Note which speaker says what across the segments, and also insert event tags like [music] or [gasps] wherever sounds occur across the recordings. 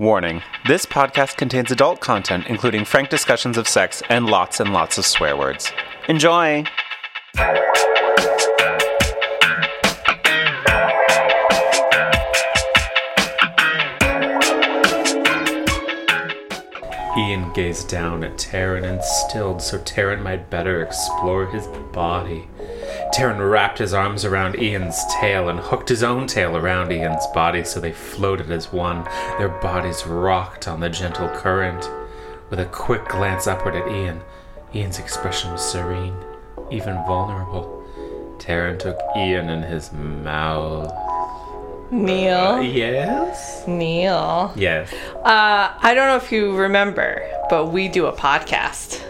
Speaker 1: Warning this podcast contains adult content, including frank discussions of sex and lots and lots of swear words. Enjoy! Ian gazed down at Taryn and stilled so Taryn might better explore his body. Taryn wrapped his arms around Ian's tail and hooked his own tail around Ian's body so they floated as one, their bodies rocked on the gentle current. With a quick glance upward at Ian, Ian's expression was serene, even vulnerable. Taryn took Ian in his mouth. Uh,
Speaker 2: Neil.
Speaker 1: Yes?
Speaker 2: Neil.
Speaker 1: Yes.
Speaker 2: Uh, I don't know if you remember, but we do a podcast.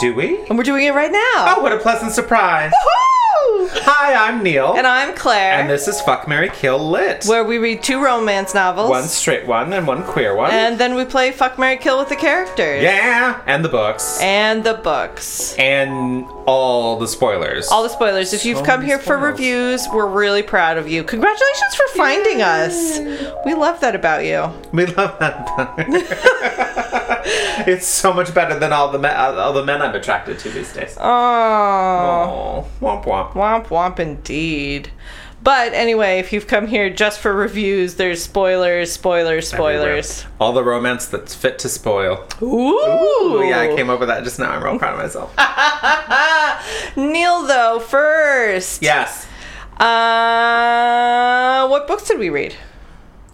Speaker 1: Do we?
Speaker 2: And we're doing it right now.
Speaker 1: Oh, what a pleasant surprise!
Speaker 2: Woo!
Speaker 1: Hi, I'm Neil.
Speaker 2: And I'm Claire.
Speaker 1: Oh, And this is Fuck Mary Kill Lit.
Speaker 2: where we read two romance novels.
Speaker 1: one straight one and one queer one.
Speaker 2: And then we play Fuck Mary Kill with the characters.
Speaker 1: yeah, and the books.
Speaker 2: And the books.
Speaker 1: And all the spoilers.
Speaker 2: All the spoilers. If you've
Speaker 1: So
Speaker 2: come
Speaker 1: many
Speaker 2: here for
Speaker 1: spoils.
Speaker 2: reviews, we're really proud of you. Congratulations for finding us. We love that about you.
Speaker 1: we love that. part. it's so much better than all the me- uh, all the men I'm attracted to these days. Oh,
Speaker 2: Oh.
Speaker 1: womp womp.
Speaker 2: Womp womp indeed. But anyway, if you've come here just for reviews, there's spoilers, spoilers, spoilers.
Speaker 1: Everywhere. All the romance that's fit to spoil.
Speaker 2: Ooh.
Speaker 1: Oh yeah, I came up with that just now. I'm real proud of
Speaker 2: [laughs]
Speaker 1: myself.
Speaker 2: Neil though first.
Speaker 1: yes.
Speaker 2: Uh, what books did we read?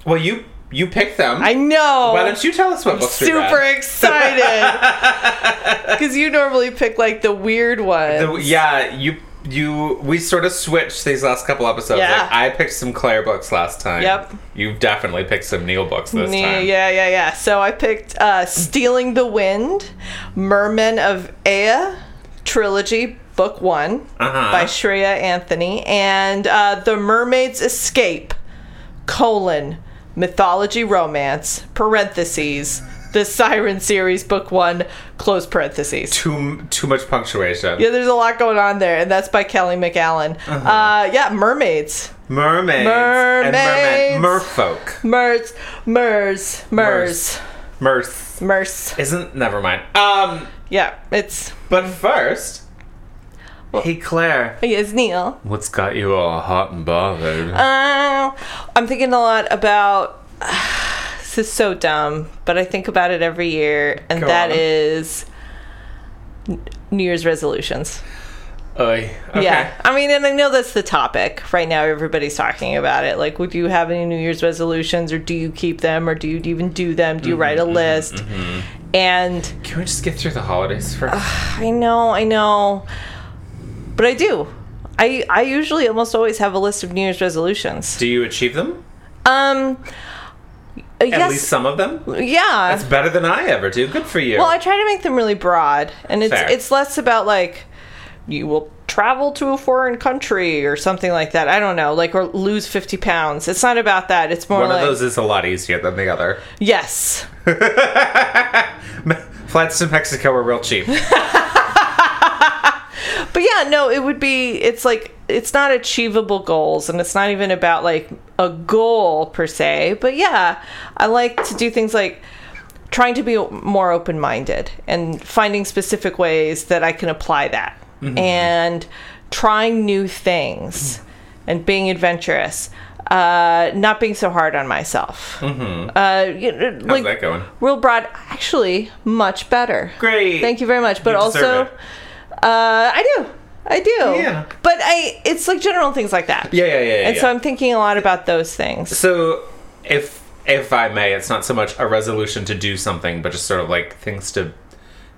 Speaker 1: Well, you you picked them.
Speaker 2: I know.
Speaker 1: Why don't you tell us what books we read?
Speaker 2: Super excited.
Speaker 1: [laughs]
Speaker 2: Because you normally pick like the weird ones.
Speaker 1: The- yeah, you you we sort of switched these last couple episodes.
Speaker 2: Yeah.
Speaker 1: Like I picked some Claire books last time.
Speaker 2: Yep.
Speaker 1: You've definitely picked some Neil books this
Speaker 2: Ne-
Speaker 1: time.
Speaker 2: Yeah, yeah, yeah. So I picked uh, Stealing the Wind, Merman of Ea trilogy, book one
Speaker 1: Uh-huh.
Speaker 2: by Shreya Anthony, and uh, The Mermaid's Escape, colon, mythology romance, parentheses, the Siren series, book one, close parentheses.
Speaker 1: Too too much punctuation.
Speaker 2: Yeah, there's a lot going on there, and that's by Kelly McAllen. uh
Speaker 1: Uh-huh.
Speaker 2: yeah, mermaids,
Speaker 1: Mermaids. And mermen.
Speaker 2: Mermaids.
Speaker 1: Merfolk.
Speaker 2: mers, mers, mers,
Speaker 1: Mirth.
Speaker 2: mers.
Speaker 1: Isn't never mind. Um
Speaker 2: Yeah, it's
Speaker 1: but first Hey Claire.
Speaker 2: It's Neil.
Speaker 1: What's got you all hot and bothered?
Speaker 2: Uh, I'm thinking a lot about. [sighs] this is so dumb, but I think about it every year, and
Speaker 1: Go
Speaker 2: that
Speaker 1: on.
Speaker 2: is New Year's resolutions.
Speaker 1: Oy. Okay.
Speaker 2: Yeah. I mean, and I know that's the topic right now. Everybody's talking about it. Like, would you have any New Year's resolutions, or do you keep them, or do you even do them?
Speaker 1: Mm-hmm,
Speaker 2: Do you write a list? And
Speaker 1: Can we just get through the holidays first?
Speaker 2: I know, I know. But I do. I, I usually almost always have a list of New Year's resolutions.
Speaker 1: Do you achieve them?
Speaker 2: Um.
Speaker 1: At
Speaker 2: yes.
Speaker 1: least some of them?
Speaker 2: yeah.
Speaker 1: That's better than I ever do. Good for you.
Speaker 2: well, I try to make them really broad, and it's
Speaker 1: Fair.
Speaker 2: it's less about like you will travel to a foreign country or something like that. I don't know, like or lose fifty pounds. It's not about that. It's more
Speaker 1: One
Speaker 2: like
Speaker 1: of those is a lot easier than the other.
Speaker 2: yes,
Speaker 1: Flights to Mexico are real cheap.
Speaker 2: but yeah, no, it would be. It's like it's not achievable goals, and it's not even about like a goal per se. But yeah, I like to do things like trying to be more open minded and finding specific ways that I can apply that and trying new things and being adventurous. Uh, not being so hard on myself. Mm-hmm. Uh, you know, like,
Speaker 1: that going?
Speaker 2: Real broad, actually, much better.
Speaker 1: Great.
Speaker 2: Thank you very much. But
Speaker 1: You deserve
Speaker 2: also,
Speaker 1: it.
Speaker 2: uh, I do. I do.
Speaker 1: Yeah.
Speaker 2: But I, it's like general things like that.
Speaker 1: Yeah, yeah, yeah. yeah,
Speaker 2: And
Speaker 1: yeah.
Speaker 2: so I'm thinking a lot about those things.
Speaker 1: So, if if I may, it's not so much a resolution to do something, but just sort of like things to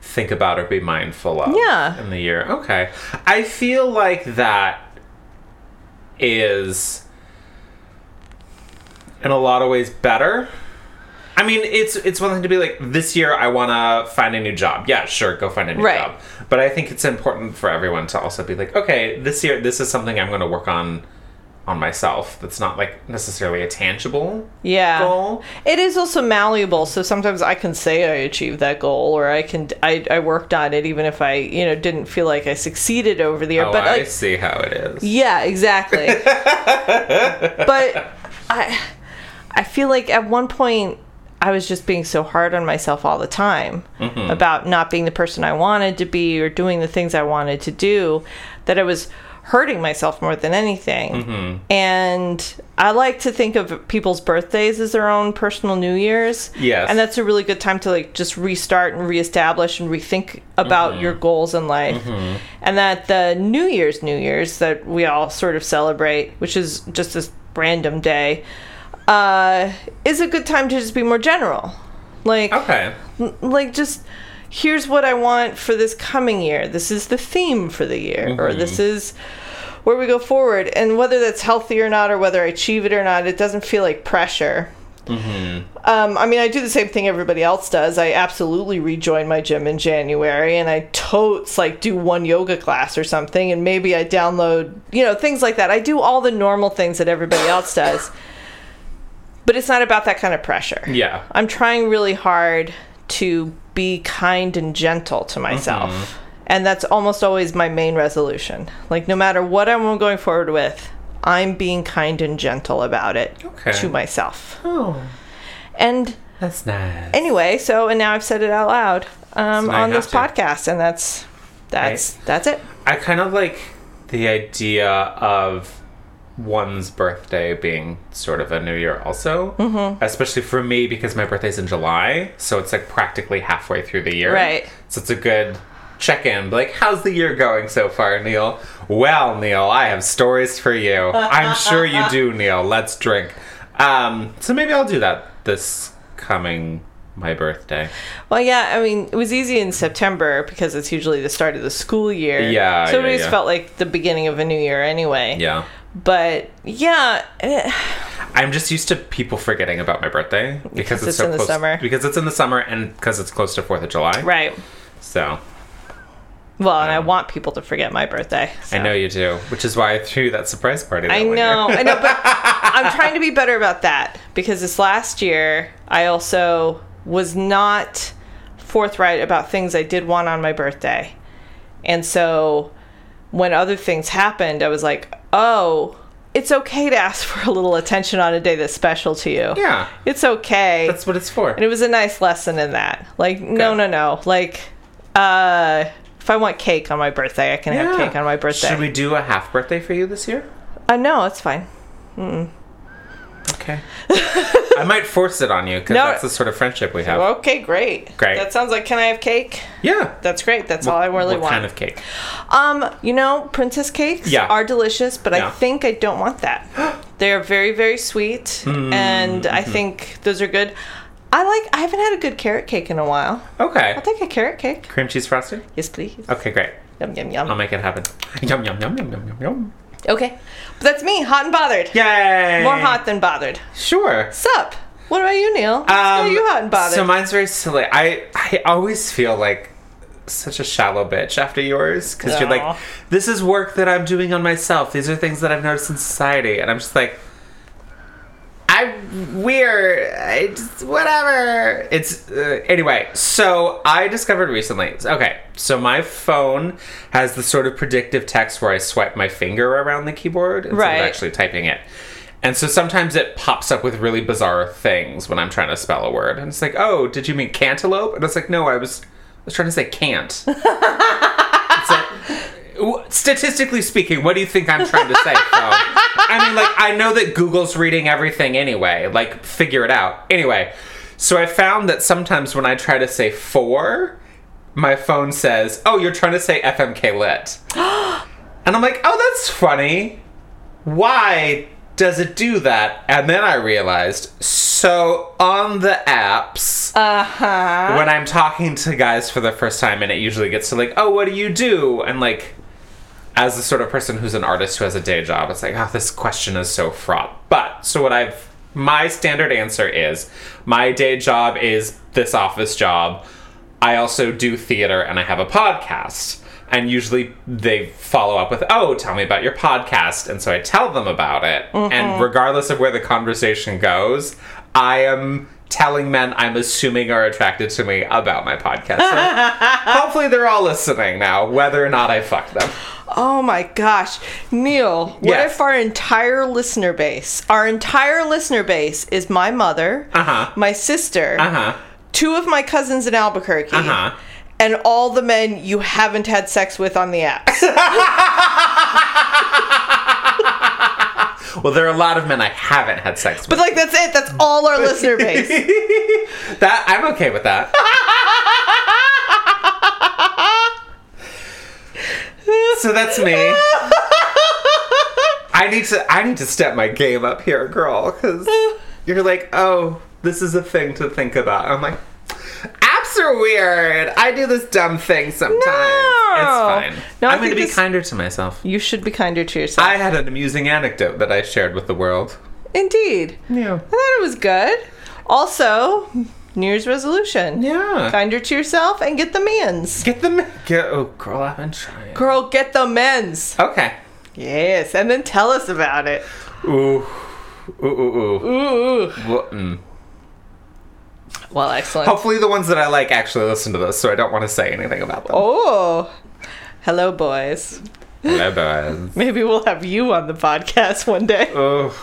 Speaker 1: think about or be mindful of.
Speaker 2: Yeah.
Speaker 1: In the year, okay. I feel like that is in a lot of ways better. I mean, it's it's one thing to be like this year I want to find a new job. Yeah, sure, go find a new
Speaker 2: Right.
Speaker 1: job. But I think it's important for everyone to also be like, okay, this year this is something I'm going to work on on myself. That's not like necessarily a tangible
Speaker 2: Yeah.
Speaker 1: goal.
Speaker 2: It is also malleable, so sometimes I can say I achieved that goal, or I can I, I worked on it, even if I you know didn't feel like I succeeded over the year.
Speaker 1: Oh,
Speaker 2: but
Speaker 1: I
Speaker 2: like,
Speaker 1: see how it is.
Speaker 2: yeah, exactly. but I I feel like at one point I I was just being so hard on myself all the time about not being the person I wanted to be or doing the things I wanted to do that I was hurting myself more than anything. And I like to think of people's birthdays as their own personal New Year's.
Speaker 1: Yes.
Speaker 2: And that's a really good time to like just restart and reestablish and rethink about your goals in life. And that the New Year's New Year's that we all sort of celebrate, which is just this random day, uh, is a good time to just be more general. Like
Speaker 1: Okay.
Speaker 2: like just here's what I want for this coming year. This is the theme for the year, or this is where we go forward. And whether that's healthy or not, or whether I achieve it or not, it doesn't feel like pressure. Um, I mean, I do the same thing everybody else does. I absolutely rejoin my gym in January, and I totes like do one yoga class or something, and maybe I download, you know, things like that. I do all the normal things that everybody else does, but it's not about that kind of pressure.
Speaker 1: Yeah.
Speaker 2: I'm trying really hard to be kind and gentle to myself.
Speaker 1: Mm-hmm.
Speaker 2: And that's almost always my main resolution. Like, no matter what I'm going forward with, I'm being kind and gentle about it
Speaker 1: Okay.
Speaker 2: to myself.
Speaker 1: Oh,
Speaker 2: And
Speaker 1: that's nice.
Speaker 2: anyway, so, and now I've said it out loud um,
Speaker 1: So now you
Speaker 2: on this
Speaker 1: have to.
Speaker 2: podcast, and that's. That's that's it.
Speaker 1: I kind of like the idea of one's birthday being sort of a new year, also. Mm-hmm. Especially for me, because my birthday's in July, so it's like practically halfway through the year.
Speaker 2: Right.
Speaker 1: So it's a good check in. Like, how's the year going so far, Neil? Well, Neil, I have stories for you. I'm sure you do, Neil. Let's drink. Um, so maybe I'll do that this coming my birthday.
Speaker 2: Well, yeah, I mean, it was easy in September because it's usually the start of the school year.
Speaker 1: Yeah,
Speaker 2: so
Speaker 1: yeah,
Speaker 2: it always
Speaker 1: yeah.
Speaker 2: felt like the beginning of a new year anyway.
Speaker 1: Yeah.
Speaker 2: but yeah, eh,
Speaker 1: I'm just used to people forgetting about my birthday because, it's,
Speaker 2: it's
Speaker 1: so
Speaker 2: in the
Speaker 1: close,
Speaker 2: summer.
Speaker 1: Because it's in the summer and because it's close to Fourth of July.
Speaker 2: right.
Speaker 1: So
Speaker 2: Well, and I want people to forget my birthday. so.
Speaker 1: Um, I know you do, which is why I threw that surprise party. That
Speaker 2: I
Speaker 1: one
Speaker 2: know,
Speaker 1: year.
Speaker 2: I know,
Speaker 1: [laughs]
Speaker 2: but I'm trying to be better about that because this last year I also was not forthright about things I did want on my birthday. And so when other things happened, I was like, oh, it's okay to ask for a little attention on a day that's special to you.
Speaker 1: Yeah,
Speaker 2: It's okay.
Speaker 1: that's what it's for.
Speaker 2: And it was a nice lesson in that. Like, no, no,
Speaker 1: Good.
Speaker 2: no. Like, uh, if I want cake on my birthday, I can have
Speaker 1: Yeah.
Speaker 2: cake on my birthday.
Speaker 1: Should we do a half birthday for you this year?
Speaker 2: Uh, no, it's fine. [laughs]
Speaker 1: Okay. I might force it on you because
Speaker 2: No.
Speaker 1: that's the sort of friendship we have.
Speaker 2: Okay, great.
Speaker 1: Great.
Speaker 2: That sounds like. Can I have cake?
Speaker 1: yeah.
Speaker 2: That's great. That's all I really
Speaker 1: what
Speaker 2: want.
Speaker 1: kind of cake?
Speaker 2: um, you know, princess cakes
Speaker 1: Yeah.
Speaker 2: are delicious, but I
Speaker 1: Yeah.
Speaker 2: think I don't
Speaker 1: [gasps]
Speaker 2: want that. they are very, very sweet,
Speaker 1: Mm-hmm.
Speaker 2: and I think those are good. I like. I haven't had a good carrot cake in a while.
Speaker 1: Okay.
Speaker 2: I'll take a carrot cake.
Speaker 1: Cream cheese frosting.
Speaker 2: Yes, please.
Speaker 1: Okay, great.
Speaker 2: Yum yum yum.
Speaker 1: I'll make it happen. Yum yum yum yum yum yum yum.
Speaker 2: okay, but that's me. Hot and bothered.
Speaker 1: Yay!
Speaker 2: More hot than bothered.
Speaker 1: Sure.
Speaker 2: Sup? What about you, Neil? What's got you hot and bothered?
Speaker 1: Um, So mine's very silly. I I always feel like such a shallow bitch after yours because you're
Speaker 2: Aw.
Speaker 1: like, this is work that I'm doing on myself. These are things that I've noticed in society, and I'm just like, I'm weird. I just whatever. It's uh, anyway. So I discovered recently. Okay, so my phone has the sort of predictive text where I swipe my finger around the keyboard instead
Speaker 2: Right.
Speaker 1: of actually typing it. And so sometimes it pops up with really bizarre things when I'm trying to spell a word, and it's like, "Oh, did you mean cantaloupe?" And it's like, "No, I was, I was trying to say can't." W- statistically speaking, what do you think I'm trying to say? phone? I mean, like, I know that Google's reading everything anyway. Like, figure it out. Anyway, so I found that sometimes when I try to say four, my phone says, Oh, you're trying to say FMK lit. and I'm like, Oh, that's funny. Why does it do that? And then I realized, so on the apps
Speaker 2: uh huh.
Speaker 1: when I'm talking to guys for the first time, and it usually gets to like, oh, what do you do? And like, as the sort of person who's an artist who has a day job, it's like, oh, this question is so fraught. But so what I've my standard answer is my day job is this office job. I also do theater and I have a podcast. And usually they follow up with, oh, tell me about your podcast. And so I tell them about it. And regardless of where the conversation goes, I am telling men I'm assuming are attracted to me about my podcast. So hopefully they're all listening now, whether or not I fuck them.
Speaker 2: Oh my gosh. Neil, what
Speaker 1: Yes.
Speaker 2: if our entire listener base, our entire listener base is my mother,
Speaker 1: Uh-huh.
Speaker 2: my sister,
Speaker 1: Uh huh.
Speaker 2: two of my cousins in Albuquerque,
Speaker 1: Uh-huh.
Speaker 2: and all the men you haven't had sex with on the apps?
Speaker 1: Well, there are a lot of men I haven't had sex with.
Speaker 2: but [laughs] like, that's it. That's all our listener
Speaker 1: [laughs]
Speaker 2: base.
Speaker 1: that I'm okay with
Speaker 2: [laughs]
Speaker 1: that. so that's
Speaker 2: [laughs]
Speaker 1: me. I need to I need to step my game up here, girl, because you're like, oh, this is a thing to think about. I'm like, apps are weird. I do this dumb thing sometimes.
Speaker 2: No.
Speaker 1: It's fine.
Speaker 2: No, I
Speaker 1: I'm gonna
Speaker 2: think
Speaker 1: be
Speaker 2: this-
Speaker 1: kinder to myself.
Speaker 2: You should be kinder to yourself.
Speaker 1: I had an amusing anecdote that I shared with the world.
Speaker 2: Indeed.
Speaker 1: Yeah.
Speaker 2: I thought it was good. Also, New Year's resolution.
Speaker 1: Yeah.
Speaker 2: Kinder to yourself and get the men's.
Speaker 1: Get them. Get, oh, girl, I've been trying.
Speaker 2: Girl, get the men's.
Speaker 1: Okay.
Speaker 2: Yes, and then tell us about it.
Speaker 1: Ooh. Ooh, ooh, ooh.
Speaker 2: Ooh.
Speaker 1: Well, mm.
Speaker 2: Well, excellent.
Speaker 1: Hopefully, the ones that I like actually listen to this, so I don't want to say anything about them.
Speaker 2: Oh. Hello, boys.
Speaker 1: Hello, boys.
Speaker 2: Maybe we'll have you on the podcast one day.
Speaker 1: Oh.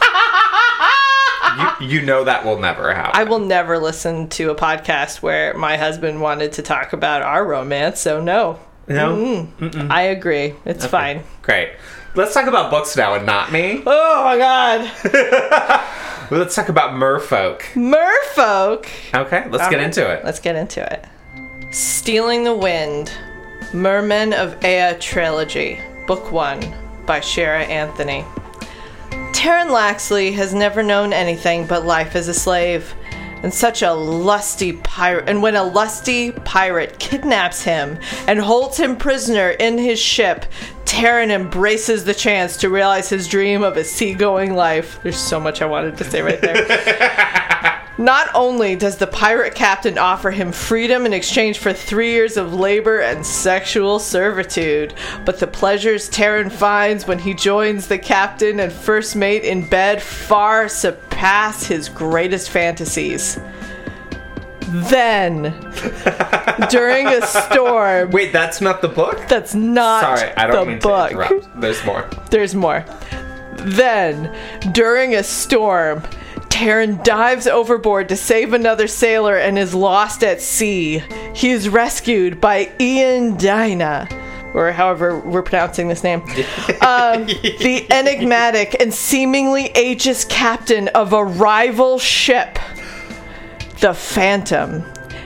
Speaker 1: you, you know that will never happen.
Speaker 2: I will never listen to a podcast where my husband wanted to talk about our romance, so no.
Speaker 1: no?
Speaker 2: I agree. It's fine.
Speaker 1: Great. Let's talk about books now and not me.
Speaker 2: Oh my god.
Speaker 1: Let's talk about merfolk.
Speaker 2: Merfolk.
Speaker 1: Okay, let's get into it.
Speaker 2: Let's get into it. Stealing the Wind, Mermen of Ea Trilogy, Book 1 by Shara Anthony. Taryn Laxley has never known anything but life as a slave. And such a lusty pirate, and when a lusty pirate kidnaps him and holds him prisoner in his ship, Taryn embraces the chance to realize his dream of a seagoing life. There's so much I wanted to say right there. Not only does the pirate captain offer him freedom in exchange for three years of labor and sexual servitude, but the pleasures Taryn finds when he joins the captain and first mate in bed far surpass his greatest fantasies.
Speaker 1: [laughs]
Speaker 2: Then, during a storm,
Speaker 1: Wait, that's not the book?
Speaker 2: that's not
Speaker 1: Sorry, I don't
Speaker 2: the
Speaker 1: mean
Speaker 2: book.
Speaker 1: to interrupt. There's more.
Speaker 2: There's more. Then, during a storm, Taryn dives overboard to save another sailor and is lost at sea. He is rescued by Ian Dyna, or however we're pronouncing this name, um, the enigmatic and seemingly aegis captain of a rival ship the Phantom.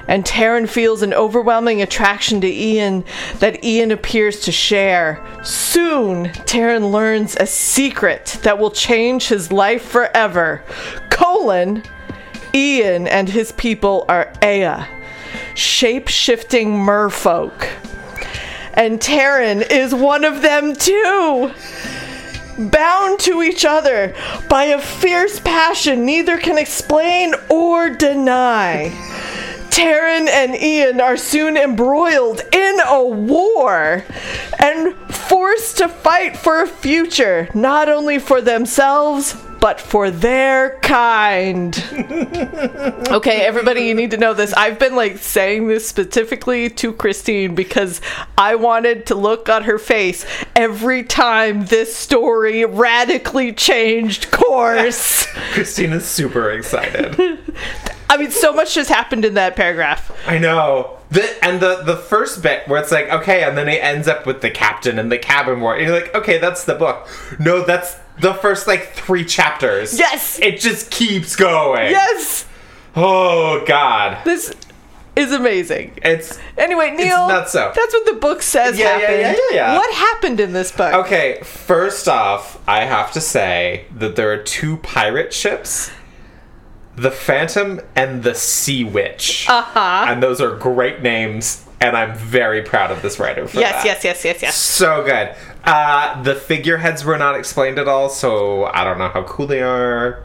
Speaker 2: And Taryn feels an overwhelming attraction to Ian that Ian appears to share. Soon, Taryn learns a secret that will change his life forever. Colon, Ian and his people are Ea, shape shifting merfolk. And Taryn is one of them too bound to each other by a fierce passion neither can explain or deny. Taryn and Ian are soon embroiled in a war and forced to fight for a future, not only for themselves, but for their kind. Okay, everybody, you need to know this. I've been like saying this specifically to Christine because I wanted to look on her face every time this story radically
Speaker 1: [laughs]
Speaker 2: changed course.
Speaker 1: Christina's super excited.
Speaker 2: I mean, so much just happened in that paragraph.
Speaker 1: I know. The, and the the first bit where it's like okay, and then he ends up with the captain and the cabin war. And you're like, okay, that's the book. No, that's the first like three chapters.
Speaker 2: Yes!
Speaker 1: it just keeps going.
Speaker 2: Yes,
Speaker 1: Oh God,
Speaker 2: this is amazing.
Speaker 1: it's
Speaker 2: Anyway, Neil,
Speaker 1: nuts out.
Speaker 2: that's what the book says
Speaker 1: Yeah, yeah,
Speaker 2: happened.
Speaker 1: yeah, yeah, yeah.
Speaker 2: What happened in this book?
Speaker 1: okay. First off, I have to say that there are two pirate ships. The Phantom and the Sea Witch. Uh
Speaker 2: Uh-huh.
Speaker 1: huh. And those are great names, and I'm very proud of this writer for
Speaker 2: Yes,
Speaker 1: that.
Speaker 2: yes, yes, yes, yes.
Speaker 1: So good. Uh, the figureheads were not explained at all, so I don't know how cool they are.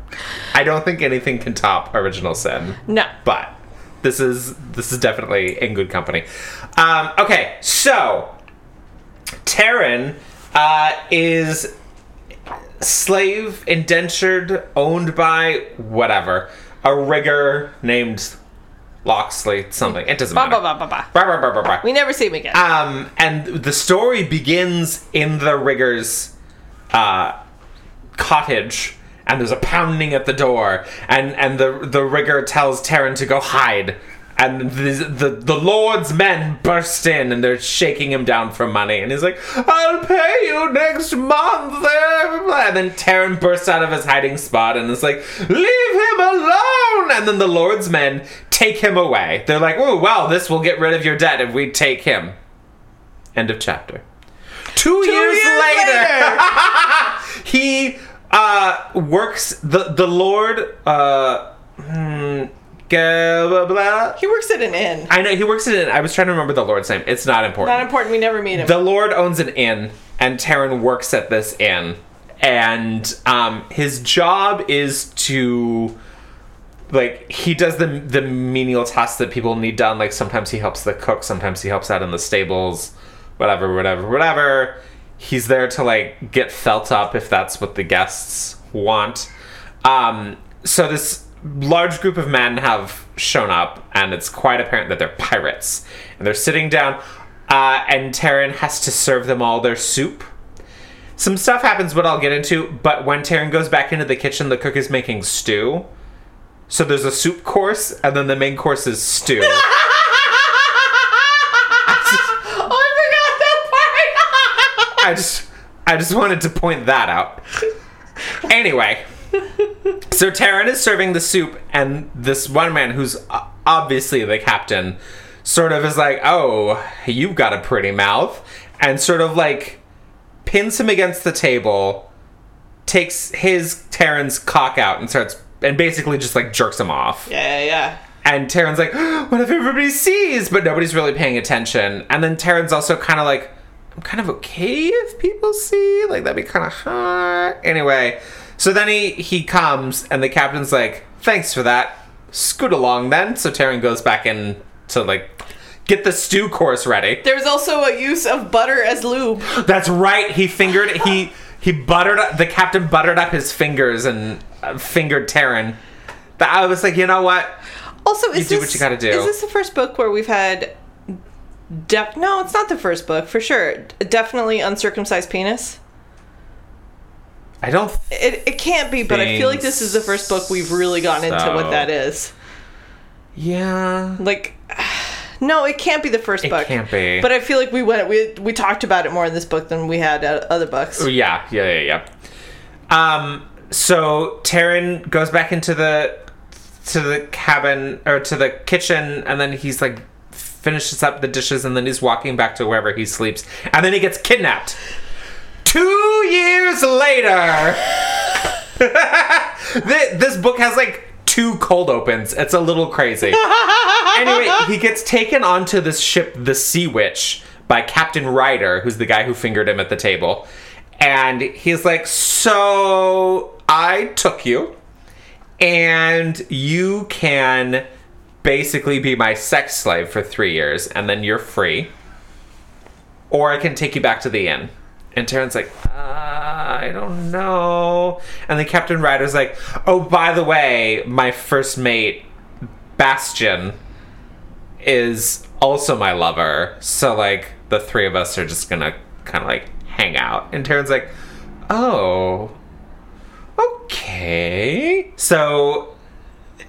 Speaker 1: I don't think anything can top Original Sin.
Speaker 2: No.
Speaker 1: But this is this is definitely in good company. Um, okay, so Taryn uh, is slave, indentured, owned by whatever a rigger named Loxley, something. It doesn't
Speaker 2: Ba ba
Speaker 1: matter.
Speaker 2: ba ba ba.
Speaker 1: Bah, bah, bah, bah, bah.
Speaker 2: We never see him again.
Speaker 1: Um, and the story begins in the rigger's uh, cottage, and there's a pounding at the door, and, and the the rigger tells Taryn to go hide, and the, the the lord's men burst in and they're shaking him down for money, and he's like, "I'll pay you next month," and then Taryn bursts out of his hiding spot and is like, "Leave him alone!" And then the lord's men take him away. They're like, "Oh well, this will get rid of your debt if we take him." End of chapter. Two, years,
Speaker 2: years
Speaker 1: later. [laughs] he uh, works the the Lord. Uh, hmm, ga- blah, blah.
Speaker 2: he works at an inn.
Speaker 1: I know he works in. an I was trying to remember the Lord's name. It's not important.
Speaker 2: Not important. We never meet him.
Speaker 1: the Lord owns an inn, and Taryn works at this inn, and um, his job is to. Like he does the the menial tasks that people need done. Like sometimes he helps the cook, sometimes he helps out in the stables, whatever, whatever, whatever. He's there to like get felt up if that's what the guests want. Um, so this large group of men have shown up, and it's quite apparent that they're pirates. And they're sitting down, uh, and Taryn has to serve them all their soup. Some stuff happens, what I'll get into. But when Taryn goes back into the kitchen, the cook is making stew. So there's a soup course, and then the main course is
Speaker 2: [laughs]
Speaker 1: stew.
Speaker 2: oh, I forgot that part.
Speaker 1: I just, I just wanted to point that out. Anyway. So Taryn is serving the soup, and this one man who's o- obviously the captain sort of is like, Oh, you've got a pretty mouth. And sort of like pins him against the table, takes his Taryn's cock out, and starts and basically just like jerks him off.
Speaker 2: yeah, yeah, yeah.
Speaker 1: And Taryn's like, [gasps] What if everybody sees? But nobody's really paying attention. And then Taryn's also kind of like, I'm kind of okay if people see. Like, that'd be kind of hot. Anyway, so then he, he comes, and the captain's like, Thanks for that. Scoot along then. So Taryn goes back in to like get the stew course ready.
Speaker 2: There's also a use of butter as lube.
Speaker 1: That's right. He fingered, he, he buttered, up- the captain buttered up his fingers and uh, fingered Taryn. That- I was like, You know what?
Speaker 2: Also, is
Speaker 1: do
Speaker 2: this
Speaker 1: what you gotta do.
Speaker 2: is this the first book where we've had? Def- no, it's not the first book for sure. Definitely uncircumcised penis.
Speaker 1: I don't
Speaker 2: It, it can't be, but I feel like this is the first book we've really gotten into
Speaker 1: So-
Speaker 2: what that is.
Speaker 1: Yeah.
Speaker 2: Like, [sighs] no, it can't be the first
Speaker 1: It
Speaker 2: book.
Speaker 1: can't be.
Speaker 2: But I feel like we went we we talked about it more in this book than we had at other books.
Speaker 1: Oh, Yeah, yeah, yeah, yeah. Um so Taryn goes back into the to the cabin or to the kitchen and then he's like finishes up the dishes and then he's walking back to wherever he sleeps and then he gets kidnapped. 2 years later. [laughs] Thi- this book has like two cold opens. It's a little crazy. anyway, he gets taken onto this ship, the Sea Witch, by Captain Ryder, who's the guy who fingered him at the table. And he's like, So I took you, and you can basically be my sex slave for three years, and then you're free. Or I can take you back to the inn. And Taryn's like, uh, I don't know. And then Captain Ryder's like, Oh, by the way, my first mate, Bastion, is also my lover. So like the three of us are just gonna kind of like hang out. And Taryn's like, oh, okay. So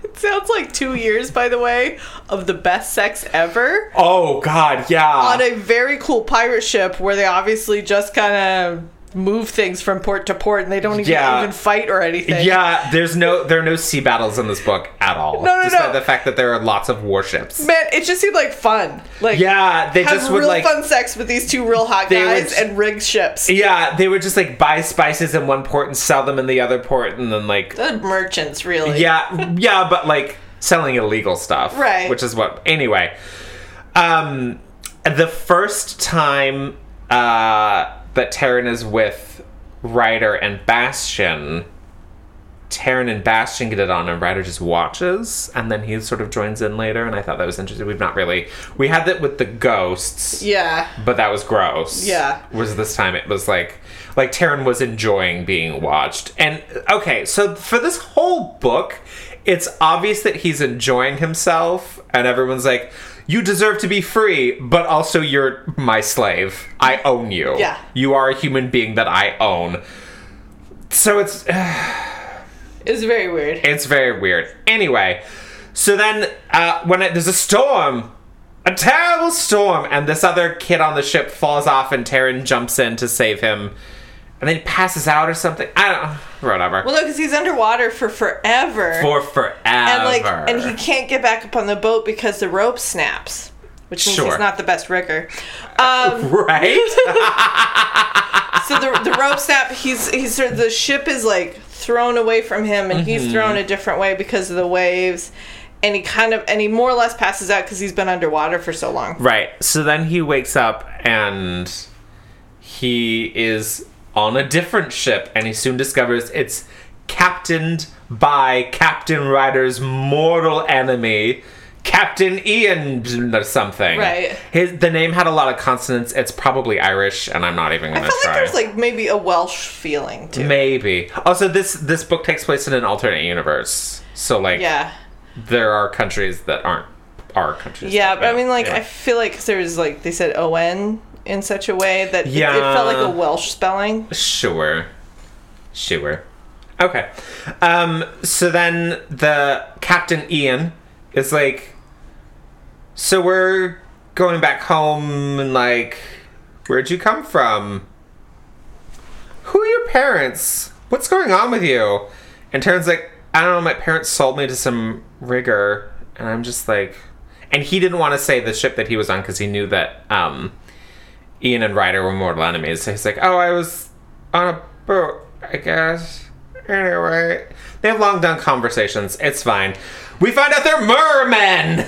Speaker 2: It sounds like two years, by the way, of the best sex ever
Speaker 1: oh god, yeah.
Speaker 2: on a very cool pirate ship where they obviously just kind of move things from port to port and they don't even,
Speaker 1: Yeah.
Speaker 2: even fight or anything.
Speaker 1: yeah, there's no there are no sea battles in this book at all.
Speaker 2: No, no,
Speaker 1: despite
Speaker 2: no.
Speaker 1: the fact that there are lots of warships.
Speaker 2: Man, it just seemed like fun. Like
Speaker 1: Yeah, they
Speaker 2: have
Speaker 1: just would
Speaker 2: real
Speaker 1: like
Speaker 2: fun sex with these two real hot
Speaker 1: They would
Speaker 2: guys
Speaker 1: s-
Speaker 2: and rigged ships.
Speaker 1: yeah, they would just like buy spices in one port and sell them in the other port, and then like
Speaker 2: The merchants, really.
Speaker 1: Yeah, yeah, but like selling illegal stuff,
Speaker 2: Right.
Speaker 1: Which is what. Anyway, um, the first time uh, that Taryn is with Ryder and Bastion, Taryn and Bastion get it on, and Ryder just watches, and then he sort of joins in later. And I thought that was interesting. We've not really we had that with the ghosts,
Speaker 2: Yeah.
Speaker 1: but that was gross.
Speaker 2: Yeah.
Speaker 1: Was this time it was like like Taryn was enjoying being watched. And okay, so for this whole book, it's obvious that he's enjoying himself, and everyone's like, "You deserve to be free, but also you're my slave. I own you.
Speaker 2: Yeah.
Speaker 1: you are a human being that I own." So it's
Speaker 2: It's very weird.
Speaker 1: it's very weird. Anyway, so then uh, when it, there's a storm, a terrible storm, and this other kid on the ship falls off, and Taryn jumps in to save him, and then he passes out or something. I don't know. Whatever.
Speaker 2: Well, no, because he's underwater for forever.
Speaker 1: For forever.
Speaker 2: and like, and he [laughs] can't get back up on the boat because the rope snaps, which means
Speaker 1: Sure.
Speaker 2: he's not the best rigger. Um,
Speaker 1: [laughs] right.
Speaker 2: so the, the rope snap he's he's sort of the ship is like thrown away from him and
Speaker 1: Mm-hmm.
Speaker 2: he's thrown a different way because of the waves and he kind of and he more or less passes out because he's been underwater for so long
Speaker 1: right. So then he wakes up and he is on a different ship, and he soon discovers it's captained by Captain Ryder's mortal enemy. Captain Ian or something.
Speaker 2: Right.
Speaker 1: His the name had a lot of consonants. It's probably Irish, and I'm not even
Speaker 2: i
Speaker 1: gonna
Speaker 2: felt
Speaker 1: try.
Speaker 2: like there's like maybe a welsh feeling too
Speaker 1: Maybe. Also, this this book takes place in an alternate universe, so like
Speaker 2: yeah
Speaker 1: there are countries that aren't our countries.
Speaker 2: yeah
Speaker 1: that-
Speaker 2: but i mean like
Speaker 1: yeah.
Speaker 2: i feel like there was like they said on in such a way that it- it, felt like
Speaker 1: Yeah.
Speaker 2: a welsh spelling
Speaker 1: Sure. Sure. Okay. Um, so then the Captain Ian is like, So we're going back home and like, where'd you come from? Who are your parents? What's going on with you? And Taryn's like, I don't know, my parents sold me to some rigger. And I'm just like, and he didn't want to say the ship that he was on because he knew that um, Ian and Ryder were mortal enemies. So he's like, oh, I was on a boat, I guess. Anyway, they have long done conversations. It's fine. We find out they're mermen.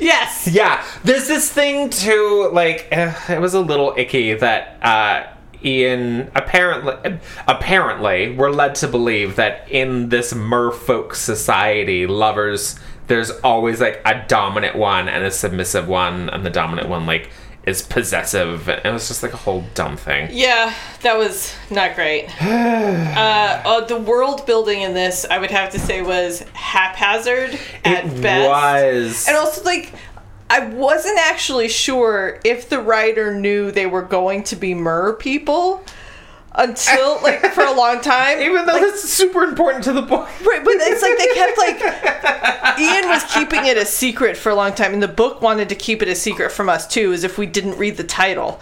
Speaker 2: yes
Speaker 1: yeah, there's this thing too. Like eh, it was a little icky that uh, Ian apparently apparently we're led to believe that in this merfolk society, lovers there's always like a dominant one and a submissive one, and the dominant one like is possessive. It was just like a whole dumb thing.
Speaker 2: yeah that was
Speaker 1: [sighs]
Speaker 2: not great uh, uh, the world building in this i would have to say was haphazard at
Speaker 1: it
Speaker 2: best
Speaker 1: was.
Speaker 2: And also, like, I wasn't actually sure if the writer knew they were going to be mer people [laughs] until, like, for a long time.
Speaker 1: even though that's super important to the book.
Speaker 2: Right, but it's like they kept like Ian was keeping it a secret for a long time, and the book wanted to keep it a secret from us too, as if we didn't read the title.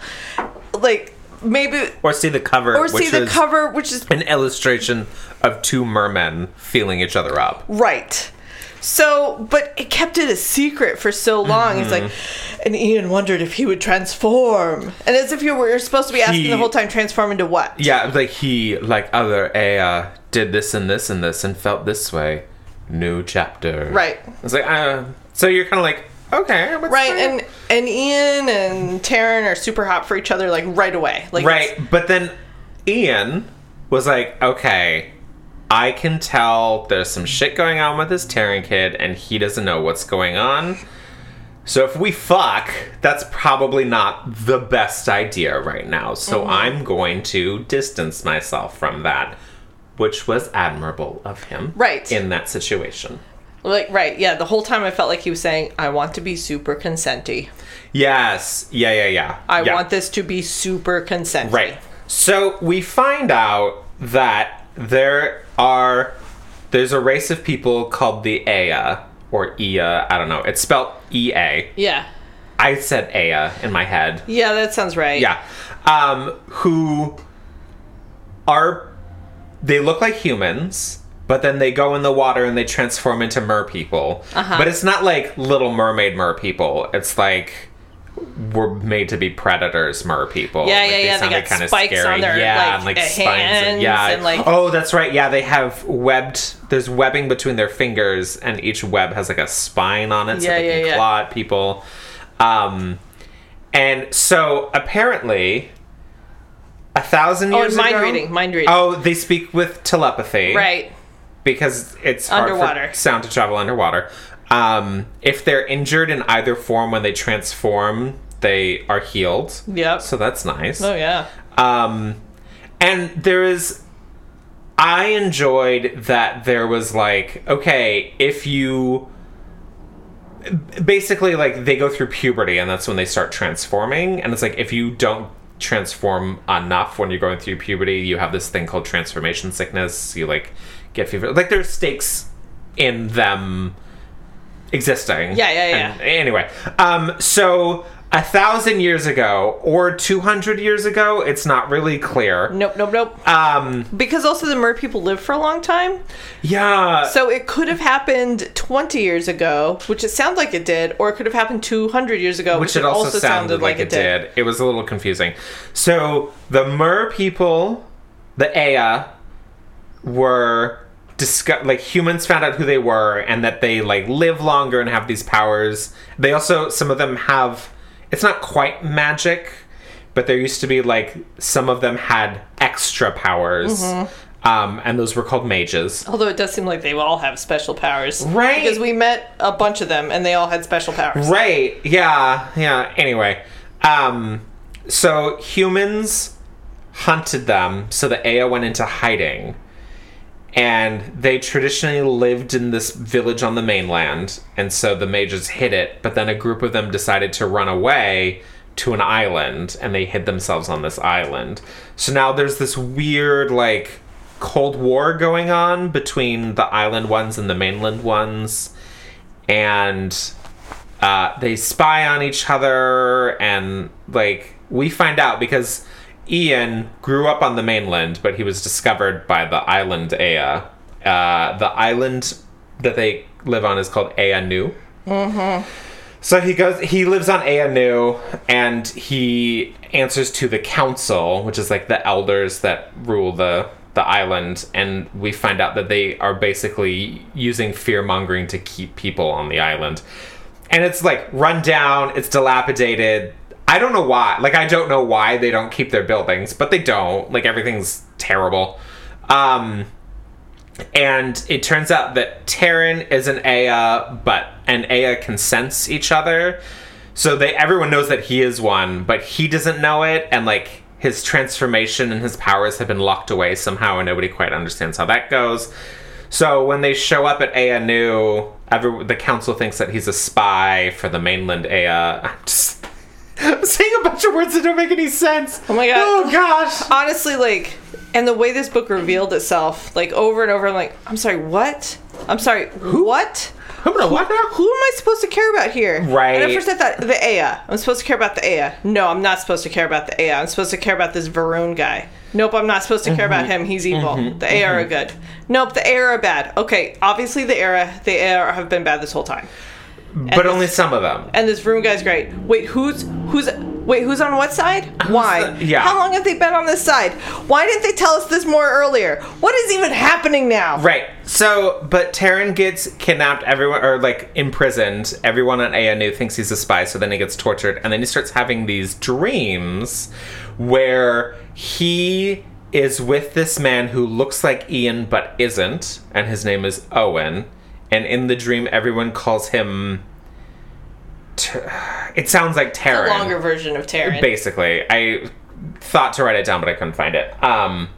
Speaker 2: Like maybe
Speaker 1: Or see the cover.
Speaker 2: or see the cover, which is
Speaker 1: An illustration of two mermen feeling each other up.
Speaker 2: Right. So, but it kept it a secret for so long. It's like,
Speaker 1: Mm-hmm.
Speaker 2: and Ian wondered if he would transform. And as if you were you're supposed to be asking
Speaker 1: He-
Speaker 2: the whole time, transform into what?
Speaker 1: Yeah, it was like he, like other Aya, did this and this and this and felt this way. New chapter.
Speaker 2: Right.
Speaker 1: It's like, uh, so you're kind of like, okay, what's
Speaker 2: Right.
Speaker 1: going-
Speaker 2: And and Ian and Taryn are super hot for each other, like right away. Like it's-
Speaker 1: right. But then Ian was like, okay, I can tell there's some shit going on with this Terran kid, and he doesn't know what's going on. So if we fuck, that's probably not the best idea right now. So
Speaker 2: Mm-hmm.
Speaker 1: I'm going to distance myself from that, which was admirable of him.
Speaker 2: Right.
Speaker 1: In that situation.
Speaker 2: Like right. Yeah. The whole time I felt like he was saying, I want to be super consenty.
Speaker 1: Yes. Yeah, yeah, yeah.
Speaker 2: I
Speaker 1: yeah.
Speaker 2: want this to be super consenty.
Speaker 1: Right. So we find out that there are there's a race of people called the Aya or Ea. I don't know. It's spelled E A.
Speaker 2: Yeah.
Speaker 1: I said Aya in my head.
Speaker 2: Yeah, that sounds right.
Speaker 1: Yeah. Um, who are they look like humans, but then they go in the water and they transform into mer people.
Speaker 2: Uh-huh.
Speaker 1: But it's not like little mermaid mer people. It's like we're made to be predators, mer people.
Speaker 2: Yeah,
Speaker 1: Like,
Speaker 2: yeah, yeah, they
Speaker 1: sound,
Speaker 2: got
Speaker 1: like, kinda
Speaker 2: spikes on their, like, uh, hands
Speaker 1: yeah.
Speaker 2: and, like-
Speaker 1: oh, that's right. Yeah, they have webbed. There's webbing between their fingers, and each web has like a spine on it, so
Speaker 2: Yeah,
Speaker 1: they
Speaker 2: yeah,
Speaker 1: can
Speaker 2: yeah.
Speaker 1: claw at people. Um, and so apparently, a thousand
Speaker 2: Oh,
Speaker 1: years
Speaker 2: and mind
Speaker 1: ago-
Speaker 2: reading. Mind reading.
Speaker 1: Oh, they speak with telepathy,
Speaker 2: Right.
Speaker 1: Because it's hard for
Speaker 2: Underwater.
Speaker 1: sound to travel underwater. Um, if they're injured in either form when they transform, they are healed.
Speaker 2: Yep.
Speaker 1: So that's nice.
Speaker 2: Oh yeah.
Speaker 1: Um, and there is I enjoyed that there was like, okay, if you basically like they go through puberty and that's when they start transforming and it's like if you don't transform enough when you're going through puberty you have this thing called transformation sickness you like get fever like there's stakes in them existing
Speaker 2: Yeah, yeah, yeah.
Speaker 1: And anyway um so a thousand years ago or 200 years ago it's not really clear
Speaker 2: Nope, nope, nope.
Speaker 1: um
Speaker 2: Because also the mer people live for a long time.
Speaker 1: yeah
Speaker 2: So it could have happened 20 years ago, which it sounds like it did, or it could have happened 200 years ago,
Speaker 1: which it also, sounded, like, it did. It was a little confusing. So the Mer people, the Aya, were disco- like humans found out who they were and that they like live longer and have these powers. They also some of them have it's not quite magic, but there used to be like some of them had extra powers. Um, and those were called mages.
Speaker 2: Although it does seem like they all have special powers.
Speaker 1: Right.
Speaker 2: Because we met a bunch of them and they all had special powers.
Speaker 1: Right. Yeah. Yeah. Anyway, um, so humans hunted them, so the Aya went into hiding, and they traditionally lived in this village on the mainland, and so the mages hid it. But then a group of them decided to run away to an island, and they hid themselves on this island. So now there's this weird like. Cold War going on between the island ones and the mainland ones, and uh, they spy on each other and like we find out because ian grew up on the mainland but he was discovered by the island aya uh, the island that they live on is called aya nu so he goes. He lives on Anu, and he answers to the council, which is like the elders that rule the the island. And we find out that they are basically using fear mongering to keep people on the island. And it's like run down. It's dilapidated. I don't know why. Like I don't know why they don't keep their buildings, but they don't. Like everything's terrible. Um, and it turns out that Taryn is an Aya, but an Aya can sense each other. So they everyone knows that he is one, but he doesn't know it, and like his transformation and his powers have been locked away somehow, and nobody quite understands how that goes. So when they show up at Aya New, every, the council thinks that he's a spy for the mainland Aya. [laughs] I'm just I'm saying a bunch of words that don't make any sense.
Speaker 2: Oh my God.
Speaker 1: Oh gosh.
Speaker 2: Honestly, like, and the way this book revealed itself, like, over and over, I'm like, I'm sorry, what? I'm sorry, what?
Speaker 1: I'm gonna what now?
Speaker 2: [laughs] Who am I supposed to care about here? And at
Speaker 1: Right.
Speaker 2: first I thought, the Aya. I'm supposed to care about the Aya. No, I'm not supposed to care about the Aya. I'm supposed to care about this Varun guy. Nope, I'm not supposed to care about
Speaker 1: Mm-hmm.
Speaker 2: him. He's evil. the Aya are good. Nope, the Aya are bad. Okay, obviously the Aya, the Aya have been bad this whole time.
Speaker 1: But only some of them.
Speaker 2: And this Varun guy's great. Wait, who's who's wait who's on what side? Why?
Speaker 1: the- yeah.
Speaker 2: How long have they been on this side? Why didn't they tell us this more earlier? What is even happening now?
Speaker 1: Right. So, but Taryn gets kidnapped, everyone, or like imprisoned. Everyone on ANU thinks he's a spy, so then he gets tortured, and then he starts having these dreams where he is with this man who looks like Ian but isn't, and his name is Owen. And in the dream, everyone calls him. T- [sighs] it sounds like Taryn
Speaker 2: A longer version of Terran.
Speaker 1: basically i thought to write it down but i couldn't find it um